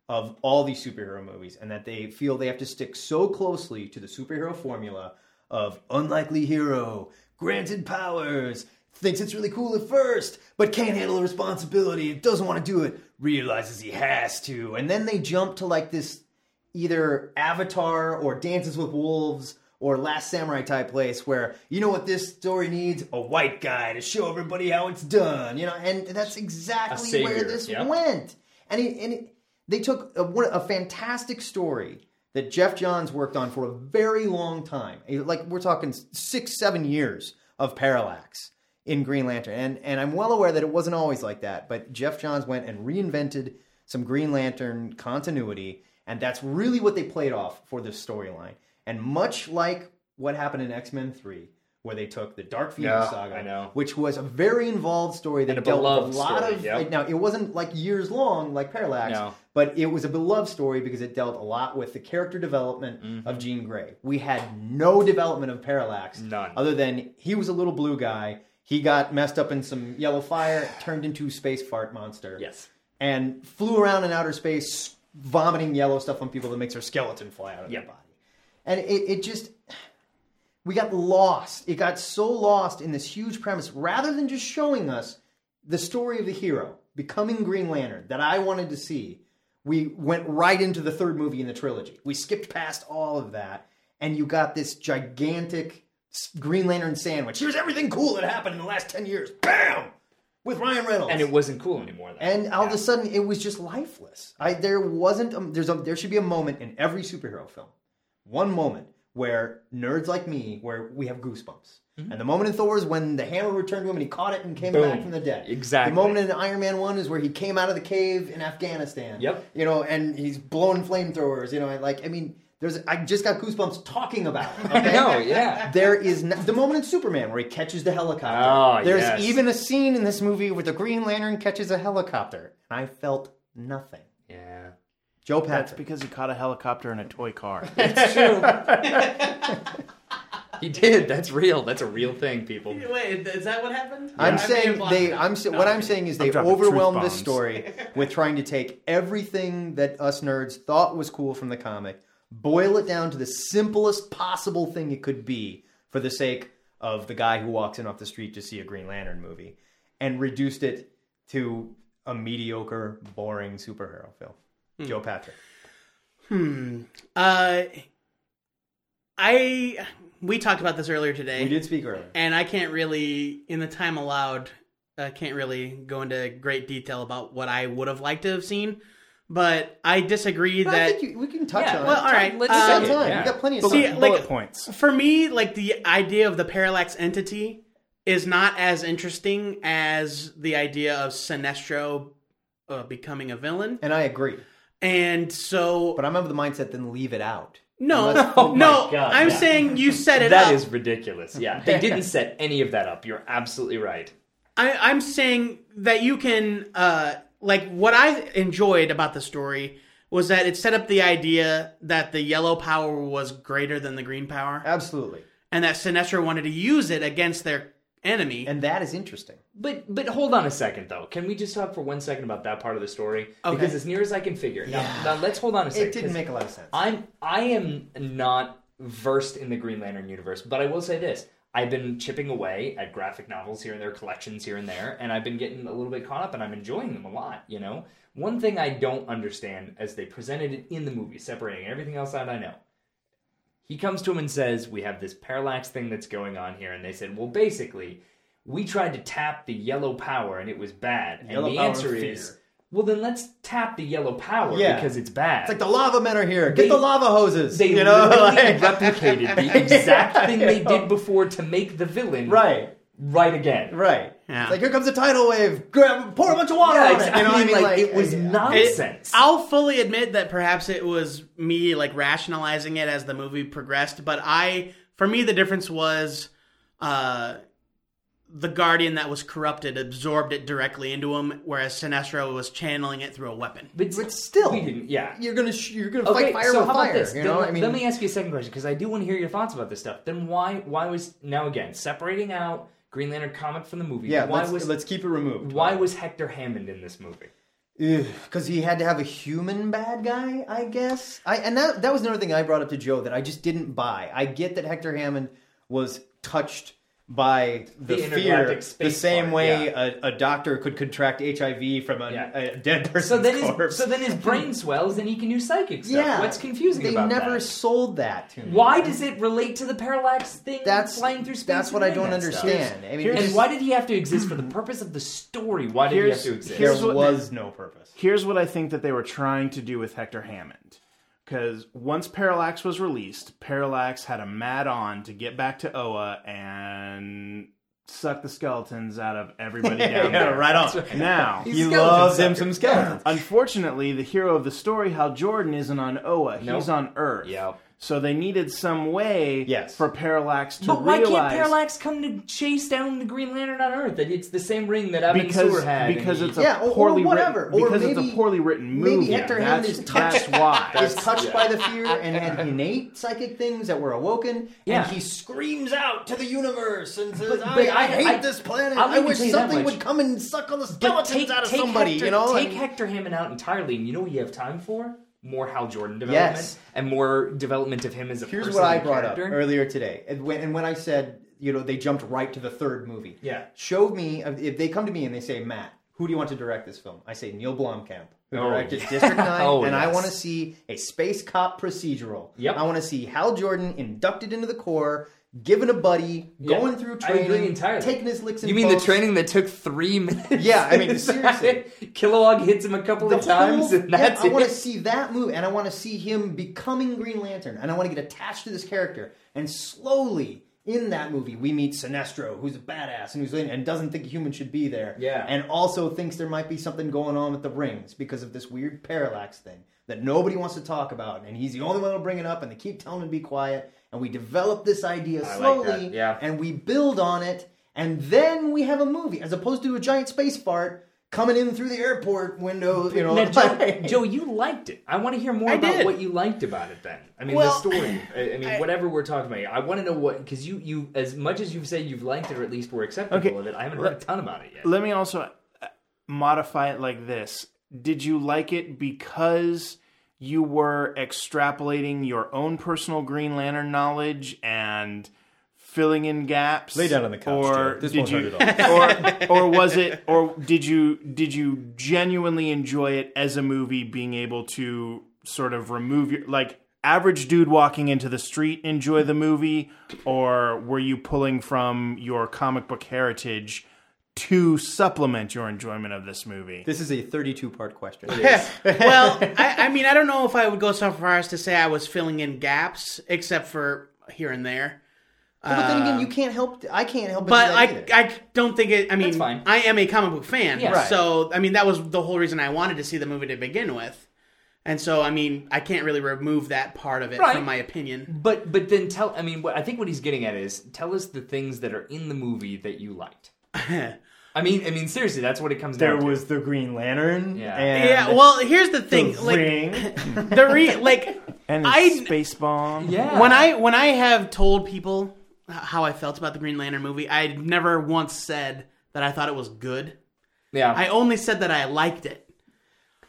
[SPEAKER 2] of all these superhero movies, and that they feel they have to stick so closely to the superhero formula of unlikely hero, granted powers, thinks it's really cool at first, but can't handle the responsibility, doesn't want to do it, realizes he has to, and then they jump to like this either Avatar or Dances with Wolves or Last Samurai type place where you know what this story needs a white guy to show everybody how it's done, you know, and that's exactly where
[SPEAKER 5] savior,
[SPEAKER 2] this
[SPEAKER 5] yeah.
[SPEAKER 2] went. And it, and it, they took a, one, a fantastic story that Jeff Johns worked on for a very long time. Like we're talking six, seven years of Parallax in Green Lantern. And and I'm well aware that it wasn't always like that, but Jeff Johns went and reinvented some Green Lantern continuity, and that's really what they played off for this storyline. And much like what happened in X-Men 3, where they took the Dark Phoenix
[SPEAKER 5] Yeah,
[SPEAKER 2] saga,
[SPEAKER 5] I know.
[SPEAKER 2] which was a very involved story that
[SPEAKER 5] And a
[SPEAKER 2] dealt
[SPEAKER 5] beloved
[SPEAKER 2] with a lot
[SPEAKER 5] story,
[SPEAKER 2] of
[SPEAKER 5] yep.
[SPEAKER 2] now it wasn't like years long like Parallax,
[SPEAKER 5] No.
[SPEAKER 2] but it was a beloved story because it dealt a lot with the character development
[SPEAKER 5] Mm-hmm.
[SPEAKER 2] of Jean Grey. We had no development of Parallax,
[SPEAKER 5] None.
[SPEAKER 2] other than he was a little blue guy. He got messed up in some yellow fire, turned into space fart monster,
[SPEAKER 5] Yes.
[SPEAKER 2] and flew around in outer space, vomiting yellow stuff on people that makes their skeleton fly out of
[SPEAKER 5] Yep.
[SPEAKER 2] their body. And it, it just we got lost. It got so lost in this huge premise, rather than just showing us the story of the hero becoming Green Lantern that I wanted to see. We went right into the third movie in the trilogy. We skipped past all of that, and you got this gigantic s- Green Lantern sandwich. Here's everything cool that happened in the last ten years. Bam, with Ryan Reynolds.
[SPEAKER 5] And it wasn't cool anymore. Then.
[SPEAKER 2] And all of a sudden, it was just lifeless. I there wasn't a, there's a there should be a moment in every superhero film, one moment where nerds like me where we have goosebumps. And the moment in Thor is when the hammer returned to him and he caught it and came
[SPEAKER 5] Mm-hmm. Boom.
[SPEAKER 2] back from the dead.
[SPEAKER 5] Exactly.
[SPEAKER 2] The moment in Iron Man one is where he came out of the cave in Afghanistan.
[SPEAKER 5] Yep.
[SPEAKER 2] You know, and he's blowing flamethrowers. You know, and like I mean, there's I just got goosebumps talking about.
[SPEAKER 5] <laughs>
[SPEAKER 2] It, okay?
[SPEAKER 5] no, yeah.
[SPEAKER 2] There is n the moment in Superman where he catches the helicopter.
[SPEAKER 5] Oh,
[SPEAKER 2] There's
[SPEAKER 5] yes.
[SPEAKER 2] even a scene in this movie where the Green Lantern catches a helicopter. I felt nothing.
[SPEAKER 5] Yeah.
[SPEAKER 2] Joe
[SPEAKER 6] That's
[SPEAKER 2] Patrick.
[SPEAKER 6] because he caught a helicopter in a toy car.
[SPEAKER 5] He did. That's real. That's a real thing, people.
[SPEAKER 3] Wait, is that what happened?
[SPEAKER 2] I'm
[SPEAKER 3] Yeah,
[SPEAKER 2] saying
[SPEAKER 3] being blocked
[SPEAKER 2] they.
[SPEAKER 3] out.
[SPEAKER 2] I'm sa-
[SPEAKER 3] No,
[SPEAKER 2] what
[SPEAKER 3] I'm
[SPEAKER 2] I'm
[SPEAKER 3] kidding.
[SPEAKER 2] saying is they
[SPEAKER 6] dropping truth
[SPEAKER 2] overwhelmed this
[SPEAKER 3] <laughs>
[SPEAKER 6] bombs.
[SPEAKER 2] story with trying to take everything that us nerds thought was cool from the comic, boil it down to the simplest possible thing it could be for the sake of the guy who walks in off the street to see a Green Lantern movie, and reduced it to a mediocre, boring superhero film.
[SPEAKER 3] Hmm.
[SPEAKER 2] Joe Patrick.
[SPEAKER 3] Uh, I we talked about this earlier today.
[SPEAKER 2] We did speak earlier.
[SPEAKER 3] and I can't really, in the time allowed, uh, can't really go into great detail about what I would have liked to have seen. But I disagree
[SPEAKER 2] But I
[SPEAKER 3] that
[SPEAKER 2] think you, we can touch
[SPEAKER 5] Yeah, uh,
[SPEAKER 2] on
[SPEAKER 3] well,
[SPEAKER 2] it.
[SPEAKER 3] all right,
[SPEAKER 5] Let's
[SPEAKER 3] um,
[SPEAKER 2] We
[SPEAKER 5] say
[SPEAKER 2] got time.
[SPEAKER 5] it, yeah.
[SPEAKER 2] We got plenty of
[SPEAKER 3] See,
[SPEAKER 2] time.
[SPEAKER 3] like-
[SPEAKER 6] Bullet points.
[SPEAKER 3] for me, like the idea of the parallax entity is not as interesting as the idea of Sinestro uh, becoming a villain.
[SPEAKER 2] and I agree,
[SPEAKER 3] And so,
[SPEAKER 2] but I'm of the mindset then leave it out.
[SPEAKER 3] no,
[SPEAKER 2] Unless-
[SPEAKER 3] no,
[SPEAKER 5] Oh my God,
[SPEAKER 3] I'm
[SPEAKER 5] yeah.
[SPEAKER 3] saying you set it
[SPEAKER 5] That
[SPEAKER 3] up.
[SPEAKER 5] is ridiculous. Yeah. They didn't set any of that up. You're absolutely right.
[SPEAKER 3] I, I'm saying that you can, uh, like, what I enjoyed about the story was that it set up the idea that the yellow power was greater than the green power,
[SPEAKER 5] Uh,
[SPEAKER 2] Absolutely,
[SPEAKER 3] and that Sinestro wanted to use it against their enemy.
[SPEAKER 2] and that is interesting.
[SPEAKER 5] But but hold on a second though. Can we just talk for one second about that part of the story?
[SPEAKER 3] Okay.
[SPEAKER 5] Because as near as I can figure. it. Now, now let's hold on a second.
[SPEAKER 2] It didn't
[SPEAKER 5] 'cause
[SPEAKER 2] make a lot of sense.
[SPEAKER 5] I'm I am not versed in the Green Lantern universe, but I will say this. I've been chipping away at graphic novels here and there, collections here and there, and I've been getting a little bit caught up and I'm enjoying them a lot, you know? One thing I don't understand as they presented it in the movie, separating everything else out I know. He comes to him and says, We have this parallax thing that's going on here, and they said, Well basically, we tried to tap the yellow power and it was bad. And
[SPEAKER 2] Yellow
[SPEAKER 5] the
[SPEAKER 2] power
[SPEAKER 5] answer
[SPEAKER 2] of
[SPEAKER 5] is
[SPEAKER 2] fear.
[SPEAKER 5] well then let's tap the yellow power
[SPEAKER 2] Yeah.
[SPEAKER 5] because it's bad.
[SPEAKER 2] It's like the lava men are here. Get
[SPEAKER 5] They-
[SPEAKER 2] the lava hoses.
[SPEAKER 5] They
[SPEAKER 2] you know, <laughs> like-
[SPEAKER 5] literally
[SPEAKER 2] <laughs>
[SPEAKER 5] replicated the exact
[SPEAKER 2] Yeah,
[SPEAKER 5] thing
[SPEAKER 2] I
[SPEAKER 5] they
[SPEAKER 2] know.
[SPEAKER 5] did before to make the villain
[SPEAKER 2] right,
[SPEAKER 5] right again.
[SPEAKER 2] right.
[SPEAKER 3] Yeah.
[SPEAKER 2] It's like here comes a tidal wave. Grab, pour a bunch of water
[SPEAKER 5] Yeah,
[SPEAKER 2] on
[SPEAKER 5] exactly.
[SPEAKER 2] it. You know,
[SPEAKER 5] I
[SPEAKER 2] what
[SPEAKER 5] mean, like, it was
[SPEAKER 2] yeah.
[SPEAKER 3] It-
[SPEAKER 5] nonsense.
[SPEAKER 3] I'll fully admit that perhaps it was me like rationalizing it as the movie progressed, but I for me the difference was uh the guardian that was corrupted absorbed it directly into him whereas Sinestro was channeling it through a weapon.
[SPEAKER 5] but,
[SPEAKER 2] But still,
[SPEAKER 5] we didn't. Yeah.
[SPEAKER 2] You're gonna sh- you're gonna fight
[SPEAKER 5] Okay.
[SPEAKER 2] fire
[SPEAKER 5] so
[SPEAKER 2] with
[SPEAKER 5] how
[SPEAKER 2] fire.
[SPEAKER 5] about this?
[SPEAKER 2] You know,
[SPEAKER 5] then,
[SPEAKER 2] I mean,
[SPEAKER 5] let me ask you a second question because I do want to hear your thoughts about this stuff. Then why? Why was now again separating out Green Lantern comic from the movie?
[SPEAKER 2] yeah.
[SPEAKER 5] Why
[SPEAKER 2] let's,
[SPEAKER 5] was
[SPEAKER 2] let's keep it removed.
[SPEAKER 5] why was Hector Hammond in this
[SPEAKER 2] <laughs>
[SPEAKER 5] movie?
[SPEAKER 2] because he had to have a human bad guy, I guess. I and that that was another thing I brought up to Joe that I just didn't buy. I get that Hector Hammond was touched by the,
[SPEAKER 5] The
[SPEAKER 2] fear,
[SPEAKER 5] intergalactic
[SPEAKER 2] the
[SPEAKER 5] space
[SPEAKER 2] same
[SPEAKER 5] part,
[SPEAKER 2] way
[SPEAKER 5] yeah.
[SPEAKER 2] a, a doctor could contract HIV from a,
[SPEAKER 5] Yeah.
[SPEAKER 2] a dead
[SPEAKER 5] So
[SPEAKER 2] person's
[SPEAKER 5] then, his,
[SPEAKER 2] corpse.
[SPEAKER 5] so then
[SPEAKER 2] <laughs>
[SPEAKER 5] his brain swells and he can do psychic stuff.
[SPEAKER 2] yeah,
[SPEAKER 5] What's confusing
[SPEAKER 2] They
[SPEAKER 5] about
[SPEAKER 2] never
[SPEAKER 5] that?
[SPEAKER 2] sold that to me.
[SPEAKER 5] Why does it relate to the parallax thing
[SPEAKER 2] That's
[SPEAKER 5] flying through space?
[SPEAKER 2] That's
[SPEAKER 5] and
[SPEAKER 2] what I
[SPEAKER 5] doing
[SPEAKER 2] don't
[SPEAKER 5] that stuff?
[SPEAKER 2] understand. I mean,
[SPEAKER 6] Here's-
[SPEAKER 5] And why did he have to exist for the purpose of the story? Why did he have
[SPEAKER 6] Here's-
[SPEAKER 5] to exist?
[SPEAKER 6] here's
[SPEAKER 2] there
[SPEAKER 5] <laughs>
[SPEAKER 6] what-
[SPEAKER 2] was no purpose.
[SPEAKER 6] Here's what I think that they were trying to do with Hector Hammond because once Parallax was released, Parallax had a mad on to get back to Oa and suck the skeletons out of
[SPEAKER 2] <laughs>
[SPEAKER 6] everybody down
[SPEAKER 4] Yeah,
[SPEAKER 6] there.
[SPEAKER 4] right on.
[SPEAKER 6] Now,
[SPEAKER 4] You love them
[SPEAKER 2] some skeletons.
[SPEAKER 6] unfortunately, the hero of the story, Hal Jordan, isn't on Oa. He's
[SPEAKER 5] Nope.
[SPEAKER 6] on Earth.
[SPEAKER 5] Yep.
[SPEAKER 6] So they needed some way
[SPEAKER 4] Yes.
[SPEAKER 6] for Parallax to
[SPEAKER 5] But why
[SPEAKER 6] realize.
[SPEAKER 5] can't Parallax come to chase down the Green Lantern on Earth? That It's the same ring that Abin Sur
[SPEAKER 6] because
[SPEAKER 5] had. and
[SPEAKER 6] because
[SPEAKER 5] he-
[SPEAKER 6] it's a
[SPEAKER 2] Yeah, or- or
[SPEAKER 6] poorly
[SPEAKER 2] whatever.
[SPEAKER 6] written
[SPEAKER 2] Or
[SPEAKER 6] because it's
[SPEAKER 2] maybe-
[SPEAKER 6] a poorly written movie.
[SPEAKER 2] Maybe Hector Hammond
[SPEAKER 6] that's,
[SPEAKER 2] is touched.
[SPEAKER 6] That's
[SPEAKER 2] <laughs>
[SPEAKER 6] why.
[SPEAKER 2] is touched by the fear and
[SPEAKER 5] <laughs>
[SPEAKER 2] had innate psychic things that were awoken,
[SPEAKER 5] Yeah.
[SPEAKER 2] and he screams out to the universe and says,
[SPEAKER 5] But-
[SPEAKER 2] I,
[SPEAKER 5] but
[SPEAKER 2] I,
[SPEAKER 5] I-
[SPEAKER 2] hate
[SPEAKER 5] I-
[SPEAKER 2] this planet.
[SPEAKER 5] I'll
[SPEAKER 2] I
[SPEAKER 5] even
[SPEAKER 2] wish
[SPEAKER 5] tell you that
[SPEAKER 2] something
[SPEAKER 5] much.
[SPEAKER 2] would come and suck all the
[SPEAKER 5] But
[SPEAKER 2] skeletons
[SPEAKER 5] take,
[SPEAKER 2] out of
[SPEAKER 5] take
[SPEAKER 2] somebody,
[SPEAKER 5] Hector,
[SPEAKER 2] you know?
[SPEAKER 5] Take
[SPEAKER 2] And-
[SPEAKER 5] Hector Hammond out entirely, and you know what you have time for? More Hal Jordan development
[SPEAKER 2] Yes.
[SPEAKER 5] and more development of him as a
[SPEAKER 2] Here's
[SPEAKER 5] person
[SPEAKER 2] what I
[SPEAKER 5] and
[SPEAKER 2] brought up
[SPEAKER 5] character.
[SPEAKER 2] earlier today, and when, and when I said, you know, they jumped right to the third movie.
[SPEAKER 5] Yeah.
[SPEAKER 2] Show me if they come to me and they say, Matt, who do you want to direct this film? I say Neil Blomkamp, who
[SPEAKER 5] Oh,
[SPEAKER 2] directed
[SPEAKER 5] yeah. <laughs>
[SPEAKER 2] District Nine,
[SPEAKER 5] Oh,
[SPEAKER 2] and I
[SPEAKER 5] yes.
[SPEAKER 2] want to see a space cop procedural.
[SPEAKER 5] Yep.
[SPEAKER 2] I want to see Hal Jordan inducted into the Corps, given a buddy,
[SPEAKER 5] Yeah.
[SPEAKER 2] going through
[SPEAKER 5] I agree
[SPEAKER 2] training,
[SPEAKER 5] entirely.
[SPEAKER 2] taking his licks. And
[SPEAKER 5] You mean the
[SPEAKER 2] bumps.
[SPEAKER 5] training that took three minutes?
[SPEAKER 2] Yeah, I mean, seriously.
[SPEAKER 5] <laughs> Kilowog hits him a couple
[SPEAKER 2] The
[SPEAKER 5] of times,
[SPEAKER 2] whole-
[SPEAKER 5] and that's
[SPEAKER 2] yeah, I want to
[SPEAKER 5] it.
[SPEAKER 2] see that move, and I want to see him becoming Green Lantern, and I want to get attached to this character. And slowly in that movie, we meet Sinestro, who's a badass and who's in, and doesn't think a human should be there.
[SPEAKER 5] Yeah.
[SPEAKER 2] and also thinks there might be something going on with the rings because of this weird parallax thing that nobody wants to talk about, and he's the only one who'll bring it up, and they keep telling him to be quiet. And we develop this idea slowly,
[SPEAKER 5] that, yeah.
[SPEAKER 2] and we build on it, and then we have a movie, as opposed to a giant space fart coming in through the airport window, you know.
[SPEAKER 5] Now, Joe,
[SPEAKER 4] <laughs>
[SPEAKER 2] like-
[SPEAKER 5] Joe, you liked it. I want to hear more
[SPEAKER 3] I
[SPEAKER 5] about
[SPEAKER 3] did.
[SPEAKER 5] what you liked about it. Then, I mean,
[SPEAKER 3] Well, <laughs>
[SPEAKER 5] the story. I, I mean,
[SPEAKER 3] I-
[SPEAKER 5] whatever we're talking about. I want to know what because you, you, as much as you've said you've liked it or at least were acceptable
[SPEAKER 6] Okay.
[SPEAKER 5] of it. I haven't heard a ton about it yet.
[SPEAKER 6] Let me also uh, modify it like this. Did you like it because you were extrapolating your own personal Green Lantern knowledge and filling in gaps?
[SPEAKER 4] Lay down on the couch,
[SPEAKER 6] or
[SPEAKER 4] Joe. This
[SPEAKER 6] did
[SPEAKER 4] won't
[SPEAKER 6] you,
[SPEAKER 4] hurt at
[SPEAKER 6] or or was it or did you did you genuinely enjoy it as a movie being able to sort of remove your like average dude walking into the street enjoy the movie or were you pulling from your comic book heritage to supplement your enjoyment of this movie.
[SPEAKER 2] <laughs> this is a 32 part question.
[SPEAKER 3] well, I, I mean, I don't know if I would go so far as to say I was filling in gaps, except for here and there.
[SPEAKER 2] but then again, you can't help. I can't help.
[SPEAKER 3] But
[SPEAKER 2] do that
[SPEAKER 3] I,
[SPEAKER 2] either.
[SPEAKER 3] I don't think it. I mean,
[SPEAKER 5] That's fine.
[SPEAKER 3] I am a comic book fan,
[SPEAKER 5] Yeah. Right.
[SPEAKER 3] so I mean that was the whole reason I wanted to see the movie to begin with, and so I mean I can't really remove that part of it
[SPEAKER 5] Right.
[SPEAKER 3] from my opinion.
[SPEAKER 5] But but then tell I mean what I think what he's getting at is tell us the things that are in the movie that
[SPEAKER 3] <laughs>
[SPEAKER 5] you liked. I mean I mean seriously that's what it comes down to.
[SPEAKER 2] the Green Lantern.
[SPEAKER 5] Yeah.
[SPEAKER 3] yeah. Well, here's the thing. like <laughs>
[SPEAKER 6] <laughs>
[SPEAKER 3] the re
[SPEAKER 5] <laughs>
[SPEAKER 3] like
[SPEAKER 6] and the
[SPEAKER 3] I-
[SPEAKER 6] space bomb.
[SPEAKER 5] yeah.
[SPEAKER 3] when I when I have told people h- how I felt about the Green Lantern movie, I never once said that I thought it was good.
[SPEAKER 5] yeah
[SPEAKER 3] I only said that I liked it,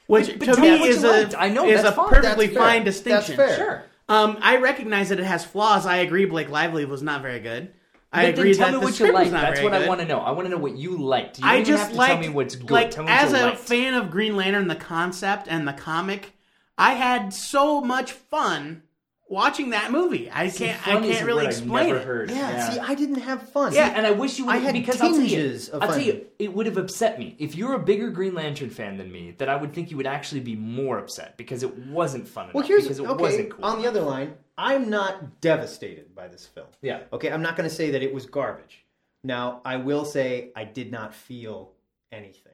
[SPEAKER 3] which
[SPEAKER 5] But- but
[SPEAKER 3] to
[SPEAKER 5] tell
[SPEAKER 3] me
[SPEAKER 5] me what
[SPEAKER 3] is
[SPEAKER 5] you
[SPEAKER 3] a
[SPEAKER 5] liked. I know,
[SPEAKER 3] is
[SPEAKER 5] that's
[SPEAKER 3] a
[SPEAKER 5] fine.
[SPEAKER 3] perfectly
[SPEAKER 5] That's fair.
[SPEAKER 3] fine distinction.
[SPEAKER 2] fair.
[SPEAKER 5] sure.
[SPEAKER 3] Um, I recognize that it has flaws. I agree. Blake Lively was not very good. I
[SPEAKER 5] But
[SPEAKER 3] agree
[SPEAKER 5] then tell
[SPEAKER 3] that
[SPEAKER 5] me
[SPEAKER 3] the
[SPEAKER 5] what you
[SPEAKER 3] script was
[SPEAKER 5] liked.
[SPEAKER 3] not
[SPEAKER 5] That's
[SPEAKER 3] very
[SPEAKER 5] what I
[SPEAKER 3] good.
[SPEAKER 5] want to know. I want to know what you liked. You don't
[SPEAKER 3] I
[SPEAKER 5] even
[SPEAKER 3] just
[SPEAKER 5] have to
[SPEAKER 3] like
[SPEAKER 5] tell me what's good.
[SPEAKER 3] like
[SPEAKER 5] tell me what
[SPEAKER 3] as
[SPEAKER 5] you
[SPEAKER 3] a
[SPEAKER 5] liked.
[SPEAKER 3] fan of Green Lantern, the concept and the comic, I had so much fun watching that movie. I can't. I
[SPEAKER 5] Fun is a
[SPEAKER 3] can't really
[SPEAKER 5] word I've
[SPEAKER 3] explain
[SPEAKER 5] never
[SPEAKER 3] it.
[SPEAKER 5] heard.
[SPEAKER 2] Yeah, See, I didn't have fun.
[SPEAKER 5] Yeah, and I wish you would
[SPEAKER 2] I had
[SPEAKER 5] because I'll tell you,
[SPEAKER 2] tinges of
[SPEAKER 5] I'll tell
[SPEAKER 2] fun.
[SPEAKER 5] you, it would have upset me if you're a bigger Green Lantern fan than me. That I would think you would actually be more upset because it wasn't fun enough.
[SPEAKER 2] Well, here's
[SPEAKER 5] because it
[SPEAKER 2] okay.
[SPEAKER 5] wasn't cool.
[SPEAKER 2] On the other line, I'm not devastated by this film.
[SPEAKER 5] Yeah.
[SPEAKER 2] Okay, I'm not going to say that it was garbage. Now, I will say I did not feel anything.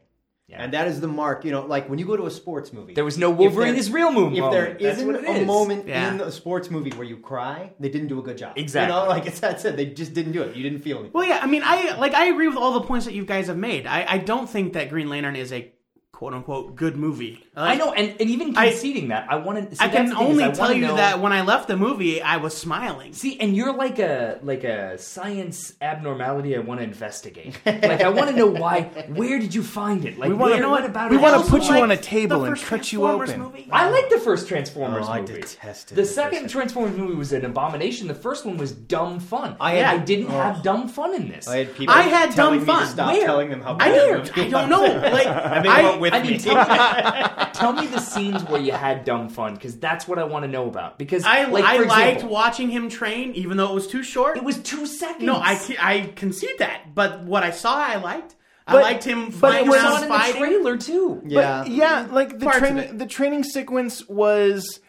[SPEAKER 5] Yeah.
[SPEAKER 2] And that is the mark, you know, like when you go to a sports movie.
[SPEAKER 5] There was no
[SPEAKER 2] if
[SPEAKER 5] Wolverine is real mo-
[SPEAKER 2] If there
[SPEAKER 5] moment. That's
[SPEAKER 2] isn't
[SPEAKER 5] what it
[SPEAKER 2] a
[SPEAKER 5] is.
[SPEAKER 2] moment
[SPEAKER 3] Yeah.
[SPEAKER 2] in a sports movie where you cry, they didn't do a good job.
[SPEAKER 5] Exactly.
[SPEAKER 2] You know, like it's that's it. They just didn't do it. You didn't feel anything.
[SPEAKER 3] Well, yeah. I mean, I like. I agree with all the points that you guys have made. I, I don't think that Green Lantern is a quote unquote good movie.
[SPEAKER 5] I
[SPEAKER 3] Like,
[SPEAKER 5] know, and, and even
[SPEAKER 3] I-
[SPEAKER 5] conceding that, I want to.
[SPEAKER 3] I can only tell you
[SPEAKER 5] know,
[SPEAKER 3] that when I left the movie, I was smiling.
[SPEAKER 5] See, and you're like a like a science abnormality. I want to investigate. Like I want to know why. Where did you find it? Like
[SPEAKER 6] We wanna-
[SPEAKER 5] where, what about
[SPEAKER 6] we
[SPEAKER 5] it?
[SPEAKER 6] wanna
[SPEAKER 5] else
[SPEAKER 6] put
[SPEAKER 5] you
[SPEAKER 6] you
[SPEAKER 5] like?
[SPEAKER 6] on a table and cut you open.
[SPEAKER 5] I like the first Transformers
[SPEAKER 2] Oh, I
[SPEAKER 5] movie.
[SPEAKER 2] detested
[SPEAKER 5] the
[SPEAKER 2] the
[SPEAKER 5] second
[SPEAKER 2] first-
[SPEAKER 5] Transformers movie was an abomination. The first one was dumb fun. I,
[SPEAKER 2] had- oh.
[SPEAKER 5] I didn't have dumb fun in this.
[SPEAKER 2] I had people
[SPEAKER 3] I had dumb
[SPEAKER 2] telling me
[SPEAKER 3] fun.
[SPEAKER 2] to stop
[SPEAKER 5] Where?
[SPEAKER 2] telling them how
[SPEAKER 3] I
[SPEAKER 2] bad
[SPEAKER 3] don't,
[SPEAKER 2] the movie <laughs>
[SPEAKER 3] I don't
[SPEAKER 2] was.
[SPEAKER 3] know. Like, I,
[SPEAKER 5] I mean, tell
[SPEAKER 2] <laughs>
[SPEAKER 5] me, tell me the scenes where you had dumb fun because that's what I want to know about. Because
[SPEAKER 3] I,
[SPEAKER 5] like,
[SPEAKER 3] I
[SPEAKER 5] for
[SPEAKER 3] liked
[SPEAKER 5] example,
[SPEAKER 3] watching him train, even though it was too short.
[SPEAKER 5] It was two seconds.
[SPEAKER 3] no, I, can- I concede that. But what I saw, I liked. I
[SPEAKER 6] But-
[SPEAKER 3] liked him
[SPEAKER 6] but
[SPEAKER 5] It
[SPEAKER 3] flying
[SPEAKER 5] was
[SPEAKER 3] around
[SPEAKER 5] on in the
[SPEAKER 3] fighting.
[SPEAKER 5] trailer too.
[SPEAKER 2] Yeah.
[SPEAKER 6] yeah, like the
[SPEAKER 3] Parts of
[SPEAKER 6] training
[SPEAKER 3] it.
[SPEAKER 6] the training sequence was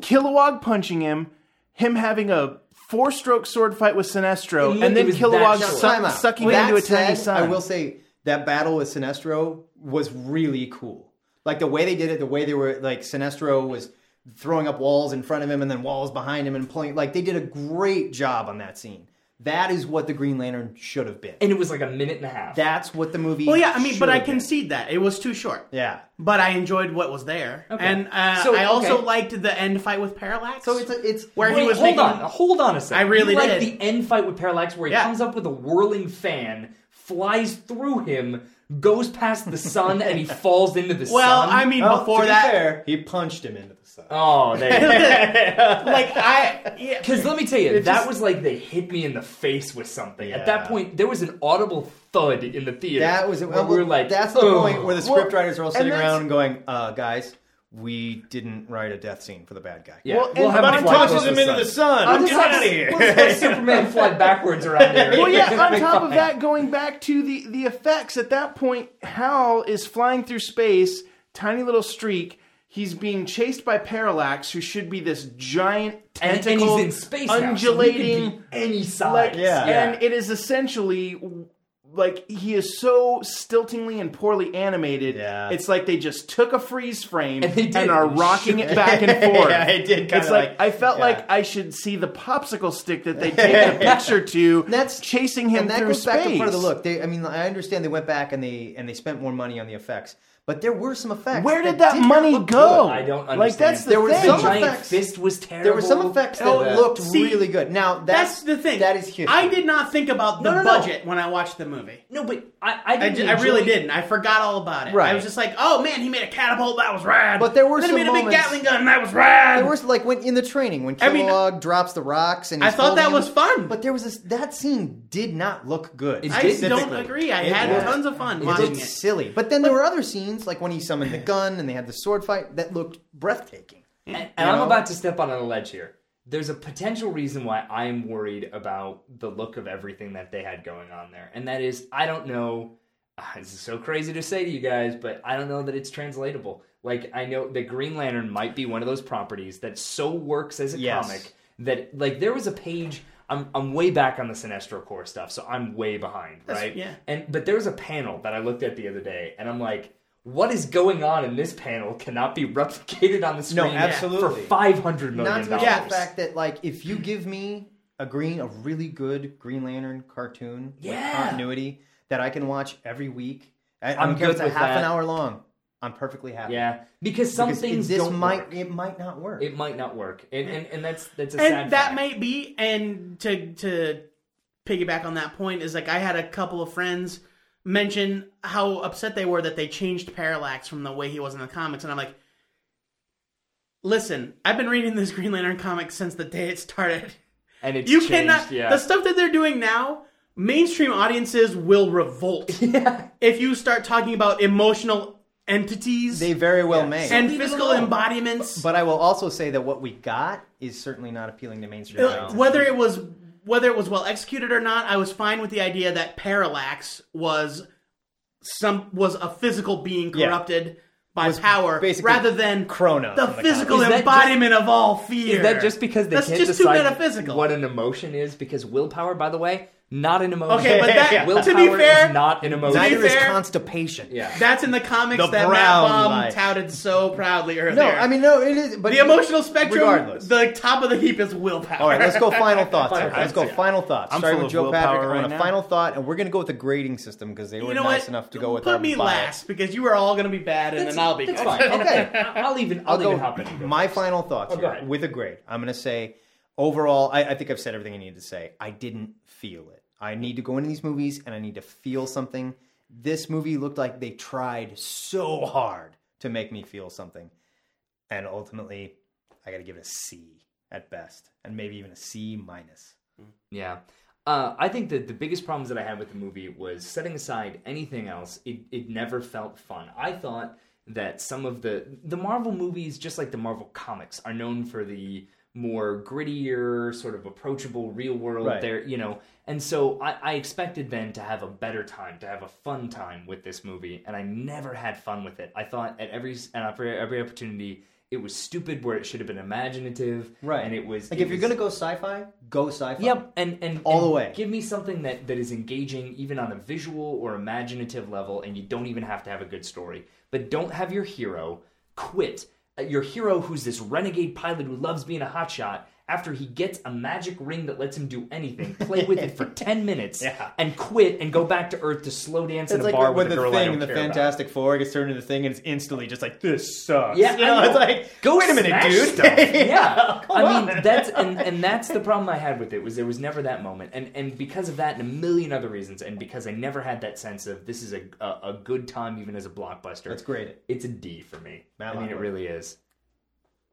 [SPEAKER 6] Kilowog punching him, him having a four-stroke sword fight with Sinestro,
[SPEAKER 5] It
[SPEAKER 6] and then
[SPEAKER 5] was that
[SPEAKER 6] Kilowog
[SPEAKER 5] short.
[SPEAKER 6] su-
[SPEAKER 2] Time out.
[SPEAKER 6] sucking
[SPEAKER 2] That
[SPEAKER 6] into a tiny
[SPEAKER 2] said,
[SPEAKER 6] sun.
[SPEAKER 2] I will say that battle with Sinestro was really cool. Like the way they did it, the way they were like Sinestro was throwing up walls in front of him and then walls behind him and pulling. Like they did a great job on that scene. That is what the Green Lantern should have been.
[SPEAKER 5] and it was like a minute and a half.
[SPEAKER 2] That's what the movie.
[SPEAKER 3] Well, yeah, I mean,
[SPEAKER 2] should
[SPEAKER 3] but I
[SPEAKER 2] have been.
[SPEAKER 3] concede that it was too short.
[SPEAKER 2] Yeah.
[SPEAKER 3] But I enjoyed what was there, and uh,
[SPEAKER 5] So,
[SPEAKER 3] I also
[SPEAKER 5] okay.
[SPEAKER 3] liked the end fight with Parallax.
[SPEAKER 2] So it's a, it's
[SPEAKER 3] where
[SPEAKER 5] Wait,
[SPEAKER 3] he was
[SPEAKER 5] hold
[SPEAKER 3] making.
[SPEAKER 5] on, hold on a second.
[SPEAKER 3] I really
[SPEAKER 5] you like
[SPEAKER 3] did.
[SPEAKER 5] the end fight with Parallax where he
[SPEAKER 3] Yeah.
[SPEAKER 5] comes up with a whirling fan, flies through him, goes past the sun, and he falls into the
[SPEAKER 3] Well,
[SPEAKER 5] sun.
[SPEAKER 3] I mean,
[SPEAKER 2] Well,
[SPEAKER 3] before
[SPEAKER 2] Oh, to be
[SPEAKER 3] that,
[SPEAKER 2] fair, he punched him into the sun.
[SPEAKER 5] oh,
[SPEAKER 3] like I, yeah,
[SPEAKER 5] because let me tell you, that was like they hit me in the face with something. At
[SPEAKER 2] Yeah.
[SPEAKER 5] that point, there was an audible thud in the theater.
[SPEAKER 2] That was
[SPEAKER 5] where we were like,
[SPEAKER 2] that's the
[SPEAKER 5] "Ugh."
[SPEAKER 2] point where the
[SPEAKER 6] Well,
[SPEAKER 2] scriptwriters are all sitting
[SPEAKER 6] and that's-
[SPEAKER 2] around going, uh, guys, we didn't write a death scene for the bad guy.
[SPEAKER 5] Yeah.
[SPEAKER 6] Well,
[SPEAKER 5] we'll
[SPEAKER 6] and
[SPEAKER 5] have
[SPEAKER 6] Von
[SPEAKER 5] him fly
[SPEAKER 6] tosses
[SPEAKER 5] close to
[SPEAKER 6] him
[SPEAKER 5] the
[SPEAKER 6] into
[SPEAKER 5] sun.
[SPEAKER 6] the sun.
[SPEAKER 5] We'll
[SPEAKER 6] I'm
[SPEAKER 5] just
[SPEAKER 6] getting
[SPEAKER 5] have-
[SPEAKER 6] out of here.
[SPEAKER 5] We'll just let Superman fly backwards around there.
[SPEAKER 6] well, yeah.
[SPEAKER 5] <laughs>
[SPEAKER 6] On top of
[SPEAKER 5] Fine.
[SPEAKER 6] that, going back to the the effects at that point, Hal is flying through space, tiny little streak. He's being chased by Parallax, who should be this giant
[SPEAKER 5] and,
[SPEAKER 6] tentacle,
[SPEAKER 5] and he's in space
[SPEAKER 6] undulating.
[SPEAKER 5] now, so he could be any size.
[SPEAKER 6] like
[SPEAKER 2] Yeah.
[SPEAKER 6] and it is essentially like he is so stiltingly and poorly animated.
[SPEAKER 2] Yeah.
[SPEAKER 6] It's like they just took a freeze
[SPEAKER 2] <laughs>
[SPEAKER 6] frame
[SPEAKER 5] And they did.
[SPEAKER 6] are rocking it back and forth.
[SPEAKER 2] Yeah, it did kinda
[SPEAKER 6] It's like,
[SPEAKER 2] like-
[SPEAKER 6] I felt
[SPEAKER 2] yeah.
[SPEAKER 6] like I should see the popsicle stick that
[SPEAKER 2] <laughs>
[SPEAKER 6] they take a picture to.
[SPEAKER 2] That's-
[SPEAKER 6] chasing him
[SPEAKER 2] and that
[SPEAKER 6] through
[SPEAKER 2] goes
[SPEAKER 6] space.
[SPEAKER 2] back to part of the look. They, I mean, I understand they went back and they and they spent more money on the effects, but there were some effects.
[SPEAKER 6] Where did that money go?
[SPEAKER 5] I don't understand.
[SPEAKER 6] Like that's the
[SPEAKER 2] There was
[SPEAKER 6] thing.
[SPEAKER 5] The
[SPEAKER 2] some
[SPEAKER 5] giant
[SPEAKER 2] effects-
[SPEAKER 5] fist was terrible.
[SPEAKER 2] There were some effects that
[SPEAKER 3] Oh,
[SPEAKER 2] looked
[SPEAKER 3] see,
[SPEAKER 2] really good. Now that's,
[SPEAKER 3] that's the thing.
[SPEAKER 2] That is huge.
[SPEAKER 3] I did not think about the
[SPEAKER 5] No, no, no.
[SPEAKER 3] budget when I watched the movie.
[SPEAKER 5] No, but I, I
[SPEAKER 3] I,
[SPEAKER 5] didn't.
[SPEAKER 3] ju- I really
[SPEAKER 5] enjoy-
[SPEAKER 3] didn't. I forgot all about it. I
[SPEAKER 2] Right.
[SPEAKER 3] was just like, oh man, he made a catapult. That was rad.
[SPEAKER 2] But there were
[SPEAKER 3] then
[SPEAKER 2] some
[SPEAKER 3] he made a big
[SPEAKER 2] moments-
[SPEAKER 3] Gatling gun. That was rad.
[SPEAKER 2] There was like when in the training when
[SPEAKER 3] I mean,
[SPEAKER 2] Kilowog drops the rocks and
[SPEAKER 3] I
[SPEAKER 2] he's
[SPEAKER 3] thought that
[SPEAKER 2] holding
[SPEAKER 3] was
[SPEAKER 2] him.
[SPEAKER 3] fun.
[SPEAKER 2] But there was this that scene did not look good.
[SPEAKER 5] It
[SPEAKER 3] I
[SPEAKER 5] did.
[SPEAKER 3] don't agree. I
[SPEAKER 2] It
[SPEAKER 3] had
[SPEAKER 2] was-
[SPEAKER 3] tons of fun
[SPEAKER 2] It
[SPEAKER 3] watching
[SPEAKER 2] looked
[SPEAKER 3] it.
[SPEAKER 2] silly. But then there were other scenes like when he summoned the gun and they had the sword fight that looked breathtaking.
[SPEAKER 5] And, and
[SPEAKER 2] You
[SPEAKER 5] I'm
[SPEAKER 2] know?
[SPEAKER 5] about to step on a ledge here. There's a potential reason why I'm worried about the look of everything that they had going on there, and that is I don't know. ah, This is so crazy to say to you guys, but I don't know that it's translatable. Like I know that Green Lantern might be one of those properties that so works as a
[SPEAKER 2] Yes.
[SPEAKER 5] comic that like there was a page. I'm I'm way back on the Sinestro Corps stuff, so I'm way behind, right?
[SPEAKER 3] yeah.
[SPEAKER 5] And but there was a panel that I looked at the other day, and I'm like. What is going on in this panel cannot be <laughs> replicated on the
[SPEAKER 2] No,
[SPEAKER 5] screen
[SPEAKER 2] absolutely.
[SPEAKER 5] for five hundred
[SPEAKER 2] Not
[SPEAKER 5] million
[SPEAKER 2] to mention
[SPEAKER 5] dollars.
[SPEAKER 2] the fact that like if you give me a green a really good Green Lantern cartoon with
[SPEAKER 5] Yeah.
[SPEAKER 2] continuity that I can watch every week, I,
[SPEAKER 5] I'm
[SPEAKER 2] I'm good
[SPEAKER 5] good
[SPEAKER 2] it's a
[SPEAKER 5] with
[SPEAKER 2] half
[SPEAKER 5] that.
[SPEAKER 2] an hour long. I'm perfectly happy.
[SPEAKER 5] yeah, because some
[SPEAKER 2] Because it-
[SPEAKER 5] things
[SPEAKER 2] this
[SPEAKER 5] don't
[SPEAKER 2] might
[SPEAKER 5] work.
[SPEAKER 2] it might not work.
[SPEAKER 5] It might not work, and and, and that's that's a sad
[SPEAKER 3] and that
[SPEAKER 5] fact.
[SPEAKER 3] may be and to to piggyback on that point is like i had a couple of friends mention how upset they were that they changed parallax from the way he was in the comics and i'm like listen i've been reading this <laughs> green lantern comic since the day it started
[SPEAKER 5] and it's
[SPEAKER 3] you
[SPEAKER 5] changed,
[SPEAKER 3] cannot
[SPEAKER 5] Yeah.
[SPEAKER 3] the stuff that they're doing now mainstream audiences will revolt
[SPEAKER 5] <laughs>
[SPEAKER 3] if you start talking about emotional entities
[SPEAKER 2] they very well may.
[SPEAKER 3] and
[SPEAKER 5] Leave it
[SPEAKER 3] physical
[SPEAKER 5] alone.
[SPEAKER 3] embodiments
[SPEAKER 2] but I will also say that what we got is certainly not appealing to mainstream.
[SPEAKER 3] Uh,
[SPEAKER 2] audiences.
[SPEAKER 3] whether it was whether it was well executed or not, I was fine with the idea that Parallax was some was a physical being
[SPEAKER 2] Yeah.
[SPEAKER 3] corrupted by
[SPEAKER 2] Was
[SPEAKER 3] power
[SPEAKER 2] basically uh,
[SPEAKER 3] rather than
[SPEAKER 2] Chrono
[SPEAKER 3] the
[SPEAKER 2] from the
[SPEAKER 3] physical
[SPEAKER 5] comics. Is that
[SPEAKER 3] embodiment of all fear.
[SPEAKER 5] is that just because they
[SPEAKER 3] that's
[SPEAKER 5] can't
[SPEAKER 3] just too
[SPEAKER 5] decide
[SPEAKER 3] metaphysical?
[SPEAKER 5] what an emotion is? Because willpower, by the way, not an emotion.
[SPEAKER 3] Okay, but that-
[SPEAKER 5] <laughs>
[SPEAKER 3] to be
[SPEAKER 5] willpower
[SPEAKER 3] fair-
[SPEAKER 5] is not an emotion.
[SPEAKER 2] Neither is
[SPEAKER 3] fair-
[SPEAKER 2] constipation.
[SPEAKER 5] yeah,
[SPEAKER 3] that's in the comics
[SPEAKER 2] The
[SPEAKER 3] that Matt
[SPEAKER 2] brown
[SPEAKER 3] Baum
[SPEAKER 2] light.
[SPEAKER 3] touted so proudly earlier.
[SPEAKER 2] No, I mean no, it is. But
[SPEAKER 3] the emotional spectrum,
[SPEAKER 2] regardless.
[SPEAKER 3] the top of the heap is willpower.
[SPEAKER 2] All right,
[SPEAKER 3] <laughs>
[SPEAKER 2] let's go final thoughts.
[SPEAKER 5] Final
[SPEAKER 2] here. Let's go
[SPEAKER 5] thoughts,
[SPEAKER 2] final thoughts.
[SPEAKER 6] I'm
[SPEAKER 2] Starting
[SPEAKER 6] full
[SPEAKER 2] with
[SPEAKER 6] of
[SPEAKER 2] Joe
[SPEAKER 6] willpower
[SPEAKER 2] Patrick, I want
[SPEAKER 6] right
[SPEAKER 2] a
[SPEAKER 6] now.
[SPEAKER 2] final thought, and we're going to go with the grading system because they were
[SPEAKER 3] You know
[SPEAKER 2] nice
[SPEAKER 3] what?
[SPEAKER 2] enough to go with.
[SPEAKER 3] Put
[SPEAKER 2] our
[SPEAKER 3] me
[SPEAKER 2] bias.
[SPEAKER 3] last because you are all going to be bad, and then I'll be
[SPEAKER 5] that's
[SPEAKER 3] good.
[SPEAKER 5] fine. And
[SPEAKER 2] Okay.
[SPEAKER 5] I'll even I'll,
[SPEAKER 2] I'll
[SPEAKER 5] even
[SPEAKER 2] go.
[SPEAKER 5] hop in. and go.
[SPEAKER 2] My final
[SPEAKER 3] Oh,
[SPEAKER 2] thoughts
[SPEAKER 5] go
[SPEAKER 2] here
[SPEAKER 5] ahead.
[SPEAKER 2] with a grade. I'm going to say overall. I, I think I've said everything I needed to say. I didn't feel it. I need to go into these movies and I need to feel something. This movie looked like they tried so hard to make me feel something, and ultimately, I got to give it a C at best, and maybe even a C minus.
[SPEAKER 5] Yeah. Uh, I think that the biggest problems that I had with the movie was setting aside anything else, it, it never felt fun. I thought that some of the the Marvel movies, just like the Marvel comics, are known for the more grittier, sort of approachable real world
[SPEAKER 2] Right.
[SPEAKER 5] there, you know. And so I, I expected then to have a better time, to have a fun time with this movie, and I never had fun with it. I thought at every and for every opportunity It was stupid where it should have been imaginative.
[SPEAKER 2] Right.
[SPEAKER 5] And it was
[SPEAKER 2] Like
[SPEAKER 5] it
[SPEAKER 2] if you're
[SPEAKER 5] was-
[SPEAKER 2] gonna go sci-fi, go sci-fi.
[SPEAKER 5] Yep, and and
[SPEAKER 2] All
[SPEAKER 5] and
[SPEAKER 2] the way.
[SPEAKER 5] Give me something that that is engaging, even on a visual or imaginative level, and you don't even have to have a good story. But don't have your hero quit. Uh, Your hero, who's this renegade pilot who loves being a hotshot, after he gets a magic ring that lets him do anything, play
[SPEAKER 2] <laughs>
[SPEAKER 5] with it for ten minutes, and quit and go back to Earth to slow dance in
[SPEAKER 2] It's
[SPEAKER 5] a
[SPEAKER 2] like
[SPEAKER 5] bar
[SPEAKER 2] when
[SPEAKER 5] with a
[SPEAKER 2] the
[SPEAKER 5] girl I
[SPEAKER 2] thing,
[SPEAKER 5] don't
[SPEAKER 2] the
[SPEAKER 5] care about.
[SPEAKER 2] Fantastic Four gets turned into the thing, and it's instantly just like this sucks.
[SPEAKER 5] Yeah,
[SPEAKER 2] You know,
[SPEAKER 5] I know.
[SPEAKER 2] it's like
[SPEAKER 5] Go
[SPEAKER 2] Oh, wait a minute,
[SPEAKER 5] smash
[SPEAKER 2] dude. <laughs>
[SPEAKER 5] stuff. yeah, I
[SPEAKER 2] on.
[SPEAKER 5] mean that's and, and that's the problem I had with it was there was never that moment, and and because of that and a million other reasons, and because I never had that sense of this is a a, a good time even as a blockbuster.
[SPEAKER 2] Let's grade it.
[SPEAKER 5] It's a D for me.
[SPEAKER 2] Matt
[SPEAKER 5] I mean, it
[SPEAKER 2] Lockwood.
[SPEAKER 5] really is.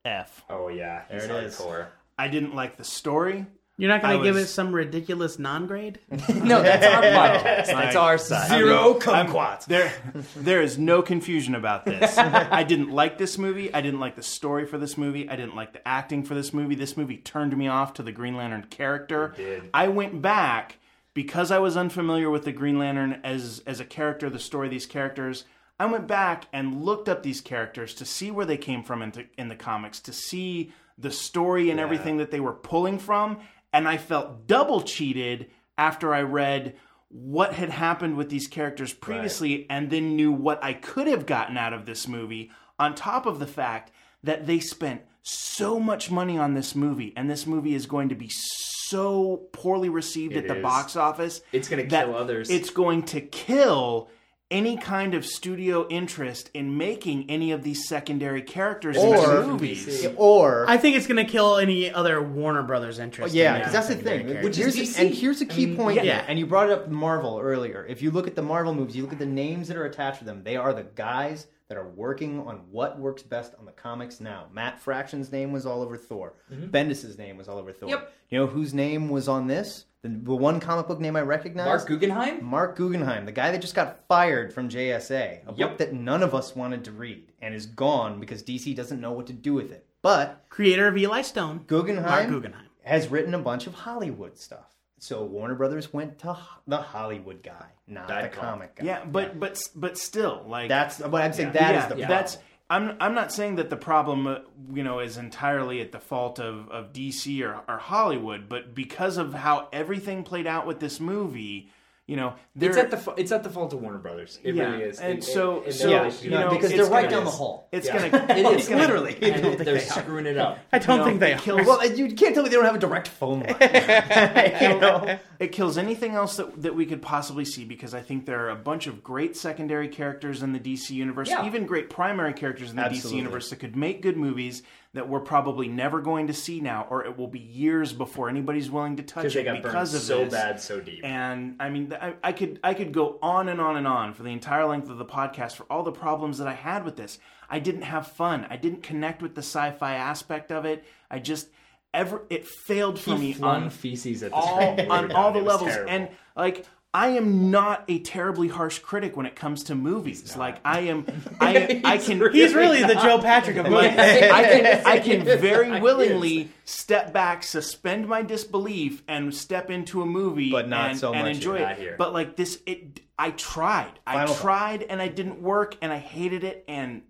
[SPEAKER 6] F.
[SPEAKER 5] Oh yeah, he's
[SPEAKER 2] There it is.
[SPEAKER 5] hardcore.
[SPEAKER 6] I didn't like the story.
[SPEAKER 3] You're not going
[SPEAKER 6] I
[SPEAKER 3] to give
[SPEAKER 6] was-
[SPEAKER 3] it some ridiculous non-grade?
[SPEAKER 5] <laughs> No, that's our podcast. That's our side.
[SPEAKER 2] Zero kumquats.
[SPEAKER 6] There, there is no confusion about this. I didn't like this movie. I didn't like the story for this movie. I didn't like the acting for this movie. This movie turned me off to the Green Lantern character.
[SPEAKER 5] did.
[SPEAKER 6] I went back because I was unfamiliar with the Green Lantern as as a character, the story, of these characters. I went back and looked up these characters to see where they came from in the, in the comics, to see the story and everything that they were pulling from, and I felt double cheated after I read what had happened with these characters previously and then knew what I could have gotten out of this movie, on top of the fact that they spent so much money on this movie, and this movie is going to be so poorly received
[SPEAKER 5] It
[SPEAKER 6] at the
[SPEAKER 5] is.
[SPEAKER 6] box office.
[SPEAKER 5] It's gonna
[SPEAKER 6] that
[SPEAKER 5] kill others.
[SPEAKER 6] It's going to kill any kind of studio interest in making any of these secondary characters in
[SPEAKER 2] Or-
[SPEAKER 6] these movies.
[SPEAKER 2] Or
[SPEAKER 3] I think it's going to kill any other Warner Brothers interest.
[SPEAKER 2] Yeah,
[SPEAKER 3] in
[SPEAKER 2] 'cause
[SPEAKER 3] that.
[SPEAKER 2] that's the thing.
[SPEAKER 5] Which
[SPEAKER 2] here's
[SPEAKER 5] is
[SPEAKER 2] the- and
[SPEAKER 5] DC.
[SPEAKER 2] here's a
[SPEAKER 5] I
[SPEAKER 2] key
[SPEAKER 5] mean,
[SPEAKER 2] point.
[SPEAKER 5] yeah.
[SPEAKER 2] here, And you brought up Marvel earlier. If you look at the Marvel movies, you look at the names that are attached to them. They are the guys that are working on what works best on the comics now. Matt Fraction's name was all over Thor.
[SPEAKER 5] Mm-hmm.
[SPEAKER 2] Bendis's name was all over Thor.
[SPEAKER 5] Yep.
[SPEAKER 2] You know whose name was on this? The, the one comic book name I recognize.
[SPEAKER 5] Mark Guggenheim.
[SPEAKER 2] Mark Guggenheim, the guy that just got fired from JSA, a
[SPEAKER 5] Yep.
[SPEAKER 2] book that none of us wanted to read and is gone because DC doesn't know what to do with it. But
[SPEAKER 3] Creator of Eli Stone,
[SPEAKER 2] Guggenheim,
[SPEAKER 3] Mark Guggenheim.
[SPEAKER 2] has written a bunch of Hollywood stuff. So Warner Brothers went to ho- the Hollywood guy, not
[SPEAKER 5] That
[SPEAKER 2] the
[SPEAKER 5] guy.
[SPEAKER 2] comic guy.
[SPEAKER 6] Yeah, but but but still, like
[SPEAKER 2] that's what I'm saying. That is
[SPEAKER 6] yeah,
[SPEAKER 2] the problem.
[SPEAKER 6] that's I'm I'm not saying that the problem uh, you know is entirely at the fault of of DC or, or Hollywood, but because of how everything played out with this movie, you know,
[SPEAKER 5] It's
[SPEAKER 6] there-
[SPEAKER 5] at the fa- it's at the fault of Warner Brothers. It
[SPEAKER 6] Yeah,
[SPEAKER 5] really is.
[SPEAKER 6] and
[SPEAKER 5] It-
[SPEAKER 6] so-
[SPEAKER 5] it- and
[SPEAKER 6] so,
[SPEAKER 5] they're
[SPEAKER 6] yeah,
[SPEAKER 5] like,
[SPEAKER 6] you know,
[SPEAKER 2] because
[SPEAKER 6] it's
[SPEAKER 2] they're right
[SPEAKER 6] gonna-
[SPEAKER 2] down the hall.
[SPEAKER 6] <laughs> It's
[SPEAKER 5] Yeah.
[SPEAKER 6] gonna
[SPEAKER 5] <laughs> It is gonna-
[SPEAKER 2] Literally.
[SPEAKER 5] I don't think they're screwing it up.
[SPEAKER 3] I don't
[SPEAKER 6] No,
[SPEAKER 3] think they
[SPEAKER 6] it kills-
[SPEAKER 3] are.
[SPEAKER 2] well, and you can't tell me they don't have a direct phone line. <laughs> you know?
[SPEAKER 6] it kills anything else that that we could possibly see because I think there are a bunch of great secondary characters in the DC universe,
[SPEAKER 5] Yeah.
[SPEAKER 6] even great primary characters in the DC
[SPEAKER 2] Absolutely.
[SPEAKER 6] universe that could make good movies that we're probably never going to see now, or it will be years before anybody's willing to touch
[SPEAKER 5] Because they
[SPEAKER 6] it
[SPEAKER 5] got burned
[SPEAKER 6] because of
[SPEAKER 5] so
[SPEAKER 6] this.
[SPEAKER 5] bad, so deep.
[SPEAKER 6] And I mean, I, I could I could go on and on and on for the entire length of the podcast for all the problems that I had with this. I didn't have fun. I didn't connect with the sci-fi aspect of it. I just ever it failed for
[SPEAKER 5] he
[SPEAKER 6] me
[SPEAKER 5] flung
[SPEAKER 6] on
[SPEAKER 5] feces at the <laughs>
[SPEAKER 6] all
[SPEAKER 5] screen.
[SPEAKER 6] on all the
[SPEAKER 5] It was
[SPEAKER 6] levels
[SPEAKER 5] terrible.
[SPEAKER 6] and like I am not a terribly harsh critic when it comes to movies. Like I am, I am, I can.
[SPEAKER 3] He's really the Joe Patrick of movies.
[SPEAKER 6] I can, I can
[SPEAKER 5] Yes,
[SPEAKER 6] very
[SPEAKER 5] it is.
[SPEAKER 6] willingly step back, suspend my disbelief, and step into a movie,
[SPEAKER 2] But not
[SPEAKER 6] and,
[SPEAKER 2] so
[SPEAKER 6] and
[SPEAKER 2] much
[SPEAKER 6] enjoy
[SPEAKER 5] here. Not
[SPEAKER 6] it.
[SPEAKER 5] here.
[SPEAKER 6] But like this, it I tried, I
[SPEAKER 2] Final thought.
[SPEAKER 6] tried, and I didn't work, and I hated it, and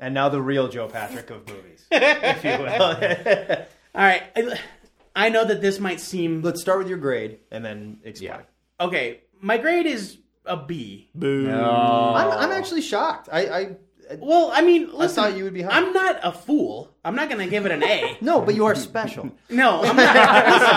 [SPEAKER 2] And now the real Joe Patrick of movies, if you will.
[SPEAKER 3] All right, I, I know that this might seem
[SPEAKER 2] Let's start with your grade and then explain.
[SPEAKER 5] Yeah.
[SPEAKER 3] okay. My grade is a B.
[SPEAKER 2] I'm, I'm actually shocked. I, I, I
[SPEAKER 3] Well, I mean, listen,
[SPEAKER 2] thought you would be high.
[SPEAKER 3] I'm not a fool. I'm not going to give it an A.
[SPEAKER 2] no, but you are special,
[SPEAKER 3] no, I'm not. Listen,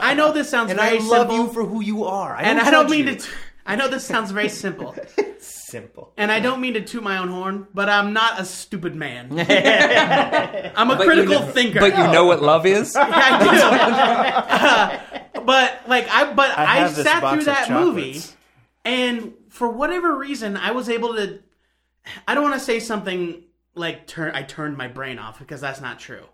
[SPEAKER 3] I know this sounds
[SPEAKER 2] and I
[SPEAKER 3] very
[SPEAKER 2] love
[SPEAKER 3] simple,
[SPEAKER 2] you for who you are. I
[SPEAKER 3] and
[SPEAKER 2] don't
[SPEAKER 3] I don't
[SPEAKER 2] judge
[SPEAKER 3] mean
[SPEAKER 2] you.
[SPEAKER 3] to. T- I know this sounds very simple,
[SPEAKER 2] simple.
[SPEAKER 3] and I don't mean to toot my own horn, but I'm not a stupid
[SPEAKER 6] <laughs>
[SPEAKER 3] man. <laughs> I'm a critical thinker.
[SPEAKER 7] But you know what love
[SPEAKER 3] <laughs>
[SPEAKER 7] is?
[SPEAKER 3] I
[SPEAKER 7] <laughs>
[SPEAKER 3] do. <laughs> Uh, but like I, but
[SPEAKER 6] I
[SPEAKER 3] I,
[SPEAKER 6] have this
[SPEAKER 3] sat through
[SPEAKER 6] box of
[SPEAKER 3] that movie,
[SPEAKER 6] chocolates.
[SPEAKER 3] and for whatever reason, I was able to. I don't want to say something like turn. I turned my brain off because that's not true.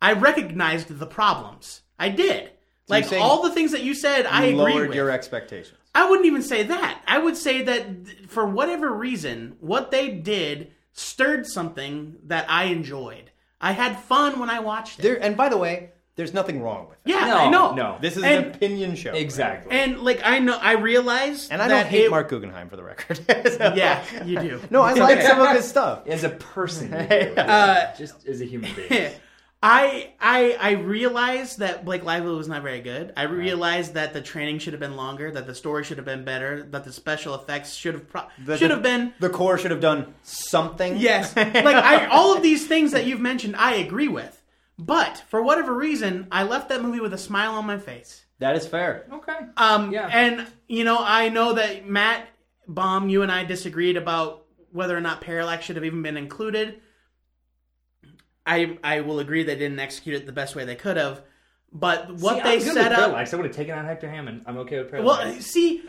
[SPEAKER 3] I recognized the problems. I did. Like
[SPEAKER 2] saying
[SPEAKER 3] all the things that you said, I agreed
[SPEAKER 2] Lowered
[SPEAKER 3] with.
[SPEAKER 2] your expectations.
[SPEAKER 3] I wouldn't even say that. I would say that th- for whatever reason, what they did stirred something that I enjoyed. I had fun when I watched it.
[SPEAKER 2] There, and by the way, There's nothing wrong with it.
[SPEAKER 3] Yeah,
[SPEAKER 5] No,
[SPEAKER 3] I know.
[SPEAKER 5] no.
[SPEAKER 2] This is an
[SPEAKER 3] And-
[SPEAKER 2] opinion show.
[SPEAKER 5] Exactly.
[SPEAKER 3] And like I know, I realize,
[SPEAKER 2] And I
[SPEAKER 3] that
[SPEAKER 2] don't hate
[SPEAKER 3] it-
[SPEAKER 2] Mark Guggenheim for the record. <laughs> So-
[SPEAKER 3] <laughs> Yeah, you do.
[SPEAKER 2] <laughs> No, I like some of his
[SPEAKER 3] <laughs>
[SPEAKER 2] stuff.
[SPEAKER 5] as a person, just as a human
[SPEAKER 3] <laughs>
[SPEAKER 5] being.
[SPEAKER 3] I I I realized that Blake Lively was not very good. I realized that the training should have been longer, that the story should have been better, that the special effects should have pro-
[SPEAKER 2] The-
[SPEAKER 3] should have been
[SPEAKER 2] The core should have done something. <laughs>
[SPEAKER 3] yes. like I, all of these things that you've mentioned, I agree with. But for whatever reason, I left that movie with a smile on my face.
[SPEAKER 2] That is fair.
[SPEAKER 5] Okay.
[SPEAKER 3] Um,
[SPEAKER 5] Yeah.
[SPEAKER 3] And, you know, I know that Matt Baum, you and I disagreed about whether or not Parallax should have even been included. I I will agree they didn't execute it the best way they could have. But what
[SPEAKER 5] See, I'm
[SPEAKER 3] they
[SPEAKER 5] good
[SPEAKER 3] set
[SPEAKER 5] with
[SPEAKER 3] up.
[SPEAKER 5] Parallax. I would have taken out Hector Hammond. I'm okay with Parallax.
[SPEAKER 3] Well, see,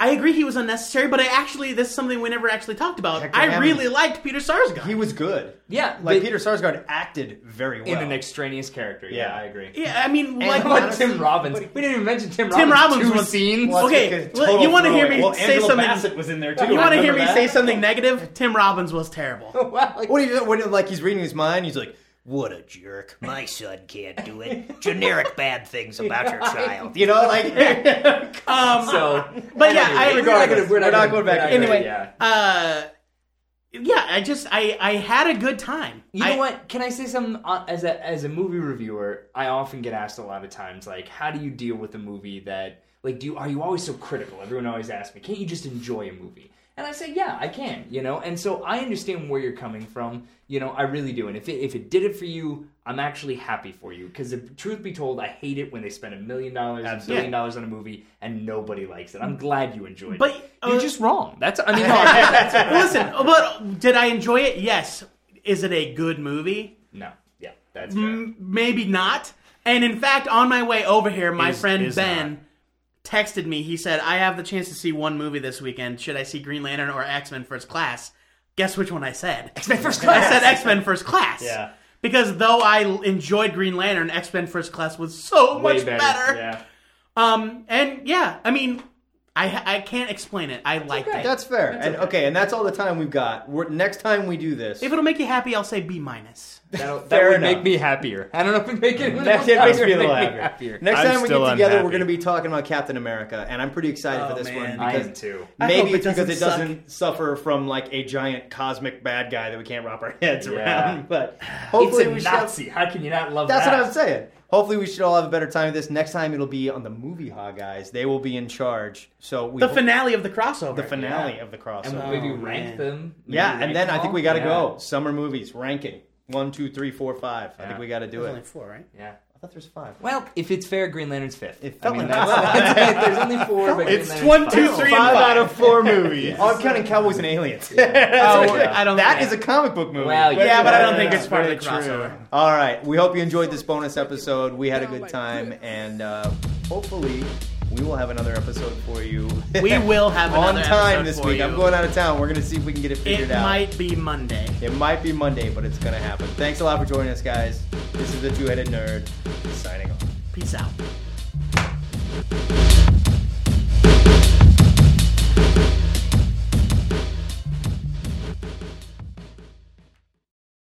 [SPEAKER 3] I agree he was unnecessary, but I actually, this is something we never actually talked about.
[SPEAKER 2] Hector
[SPEAKER 3] I
[SPEAKER 2] Hammond.
[SPEAKER 3] really liked Peter Sarsgaard.
[SPEAKER 2] He was good.
[SPEAKER 5] yeah,
[SPEAKER 2] Like
[SPEAKER 5] but
[SPEAKER 2] Peter Sarsgaard acted very well.
[SPEAKER 5] in an extraneous character. Yeah,
[SPEAKER 2] Yeah.
[SPEAKER 5] I agree.
[SPEAKER 3] yeah, I mean, like,
[SPEAKER 5] <laughs> What about
[SPEAKER 2] honestly,
[SPEAKER 5] Tim Robbins? We didn't even mention Tim Robbins.
[SPEAKER 3] Tim Robbins
[SPEAKER 5] two
[SPEAKER 3] was-
[SPEAKER 5] scenes.
[SPEAKER 3] Well, Okay, well, you wanna hear me say something-
[SPEAKER 2] was in there too.
[SPEAKER 3] you want to hear me
[SPEAKER 2] Remember
[SPEAKER 3] say
[SPEAKER 2] that?
[SPEAKER 3] something negative? Tim Robbins was terrible.
[SPEAKER 5] <laughs> Wow, like-
[SPEAKER 2] What do you when like he's reading his mind? He's like, "What a jerk! My son can't do
[SPEAKER 3] <laughs>
[SPEAKER 2] it. Generic bad things about your child." You know, like
[SPEAKER 3] <laughs>
[SPEAKER 5] so,
[SPEAKER 3] But yeah, I,
[SPEAKER 5] Anyway,
[SPEAKER 2] gonna- we're not going back
[SPEAKER 5] we're not
[SPEAKER 2] to that.
[SPEAKER 5] gonna-
[SPEAKER 3] anyway,
[SPEAKER 5] yeah.
[SPEAKER 3] uh, yeah, I just I I had a good time.
[SPEAKER 5] You know
[SPEAKER 3] I,
[SPEAKER 5] what? Can I say something uh, as a as a movie reviewer? I often get asked a lot of times, like, how do you deal with a movie that, like, do you, are you always so critical? Everyone always asks me, can't you just enjoy a movie? And I say, yeah, I can, you know. And so I understand where you're coming from, you know. I really do. And if it, if it did it for you, I'm actually happy for you. Because truth be told, I hate it when they spend a million dollars, a billion dollars on a movie and nobody likes it. I'm glad you enjoyed
[SPEAKER 3] But,
[SPEAKER 5] it.
[SPEAKER 3] uh,
[SPEAKER 5] you're just wrong. That's
[SPEAKER 3] <laughs>
[SPEAKER 5] I mean, no,
[SPEAKER 3] <laughs>
[SPEAKER 5] that's,
[SPEAKER 3] Listen, but did I enjoy it? Yes. Is it a good movie?
[SPEAKER 5] no, yeah, that's fair.
[SPEAKER 3] M- Maybe not. And in fact, on my way over here, my
[SPEAKER 6] Is-
[SPEAKER 3] friend
[SPEAKER 6] is
[SPEAKER 3] Ben
[SPEAKER 6] not.
[SPEAKER 3] texted me. He said, "I have the chance to see one movie this weekend. Should I see Green Lantern or X Men First Class?" Guess which one I said. X Men First Class. <laughs> I said X Men First Class.
[SPEAKER 5] Yeah.
[SPEAKER 3] Because though I l- enjoyed Green Lantern, X Men First Class was so
[SPEAKER 5] way
[SPEAKER 3] much
[SPEAKER 5] better.
[SPEAKER 3] better.
[SPEAKER 5] Yeah.
[SPEAKER 3] Um, and yeah, I mean, I I can't explain it. I liked it.
[SPEAKER 2] that's fair. and okay. and that's all the time we've got. We're, next time we do this, <laughs>
[SPEAKER 3] if it'll make you happy, I'll say B minus.
[SPEAKER 5] That'll, that
[SPEAKER 2] Fair
[SPEAKER 5] would
[SPEAKER 2] enough.
[SPEAKER 5] make me happier. I don't know if it'd make it.
[SPEAKER 2] That kid makes me a
[SPEAKER 5] <laughs>
[SPEAKER 2] little happier. Next
[SPEAKER 6] I'm
[SPEAKER 2] time we get
[SPEAKER 6] still
[SPEAKER 2] together, we're
[SPEAKER 6] unhappy.
[SPEAKER 2] going to be talking about Captain America, and I'm pretty excited
[SPEAKER 3] Oh,
[SPEAKER 2] for this
[SPEAKER 3] man.
[SPEAKER 2] one
[SPEAKER 5] I
[SPEAKER 2] because
[SPEAKER 5] am too.
[SPEAKER 3] I
[SPEAKER 2] maybe
[SPEAKER 3] hope it
[SPEAKER 2] it's because it
[SPEAKER 3] doesn't suck.
[SPEAKER 2] doesn't suffer from like a giant cosmic bad guy that we can't wrap our <laughs> heads
[SPEAKER 5] Yeah.
[SPEAKER 2] around. But
[SPEAKER 5] It's
[SPEAKER 2] hopefully
[SPEAKER 5] a
[SPEAKER 2] we should. have-
[SPEAKER 5] Nazi. How can you not love
[SPEAKER 2] That's
[SPEAKER 5] that?
[SPEAKER 2] what I'm saying. Hopefully, we should all have a better time with this. Next time, it'll be on the Movie Ha guys. They will be in charge. So we
[SPEAKER 3] The
[SPEAKER 2] <laughs> hope-
[SPEAKER 3] finale of the crossover.
[SPEAKER 2] the finale
[SPEAKER 5] yeah.
[SPEAKER 2] of the crossover.
[SPEAKER 5] And we'll maybe
[SPEAKER 3] Oh,
[SPEAKER 5] rank
[SPEAKER 3] man.
[SPEAKER 5] them. Maybe
[SPEAKER 2] yeah,
[SPEAKER 5] rank
[SPEAKER 2] and then
[SPEAKER 5] them
[SPEAKER 2] I think
[SPEAKER 5] all.
[SPEAKER 2] we got to
[SPEAKER 5] Yeah.
[SPEAKER 2] go summer movies ranking one, two, three, four, five. I
[SPEAKER 5] Yeah.
[SPEAKER 2] think we got to do
[SPEAKER 3] There's only
[SPEAKER 2] it.
[SPEAKER 3] four, right?
[SPEAKER 5] Yeah.
[SPEAKER 2] I thought there's five.
[SPEAKER 5] Well, if it's fair, Green Lantern's fifth.
[SPEAKER 2] It
[SPEAKER 5] I
[SPEAKER 2] felt
[SPEAKER 5] mean,
[SPEAKER 2] like-
[SPEAKER 5] that's, that's it. <laughs> There's
[SPEAKER 2] <laughs>
[SPEAKER 5] only four. But Green
[SPEAKER 6] It's
[SPEAKER 5] Lantern's
[SPEAKER 6] one,
[SPEAKER 5] five.
[SPEAKER 6] <laughs> two, three,
[SPEAKER 2] Five
[SPEAKER 6] and
[SPEAKER 2] out
[SPEAKER 6] out of
[SPEAKER 2] <laughs>
[SPEAKER 6] four movies.
[SPEAKER 2] Oh, I'm counting Cowboys and
[SPEAKER 3] <laughs>
[SPEAKER 2] Aliens. <laughs>
[SPEAKER 3] Oh, I don't
[SPEAKER 2] That
[SPEAKER 3] think-
[SPEAKER 2] is a comic book movie.
[SPEAKER 5] Well, yeah,
[SPEAKER 3] Yeah, but I don't
[SPEAKER 6] Yeah,
[SPEAKER 3] think it's part of the
[SPEAKER 6] very
[SPEAKER 3] crossover.
[SPEAKER 6] true.
[SPEAKER 2] All right. We hope you enjoyed this bonus episode. We had a good time, and uh, hopefully, we will have another episode for you. <laughs>
[SPEAKER 3] We will have
[SPEAKER 2] on
[SPEAKER 3] another
[SPEAKER 2] time
[SPEAKER 3] episode
[SPEAKER 2] this
[SPEAKER 3] for
[SPEAKER 2] week.
[SPEAKER 3] you.
[SPEAKER 2] I'm going out of town. We're gonna see if we can get it figured
[SPEAKER 3] It
[SPEAKER 2] out.
[SPEAKER 3] might be Monday.
[SPEAKER 2] It might be Monday, but it's gonna happen. Thanks a lot for joining us, guys. This is the Two Headed Nerd signing off.
[SPEAKER 3] Peace out.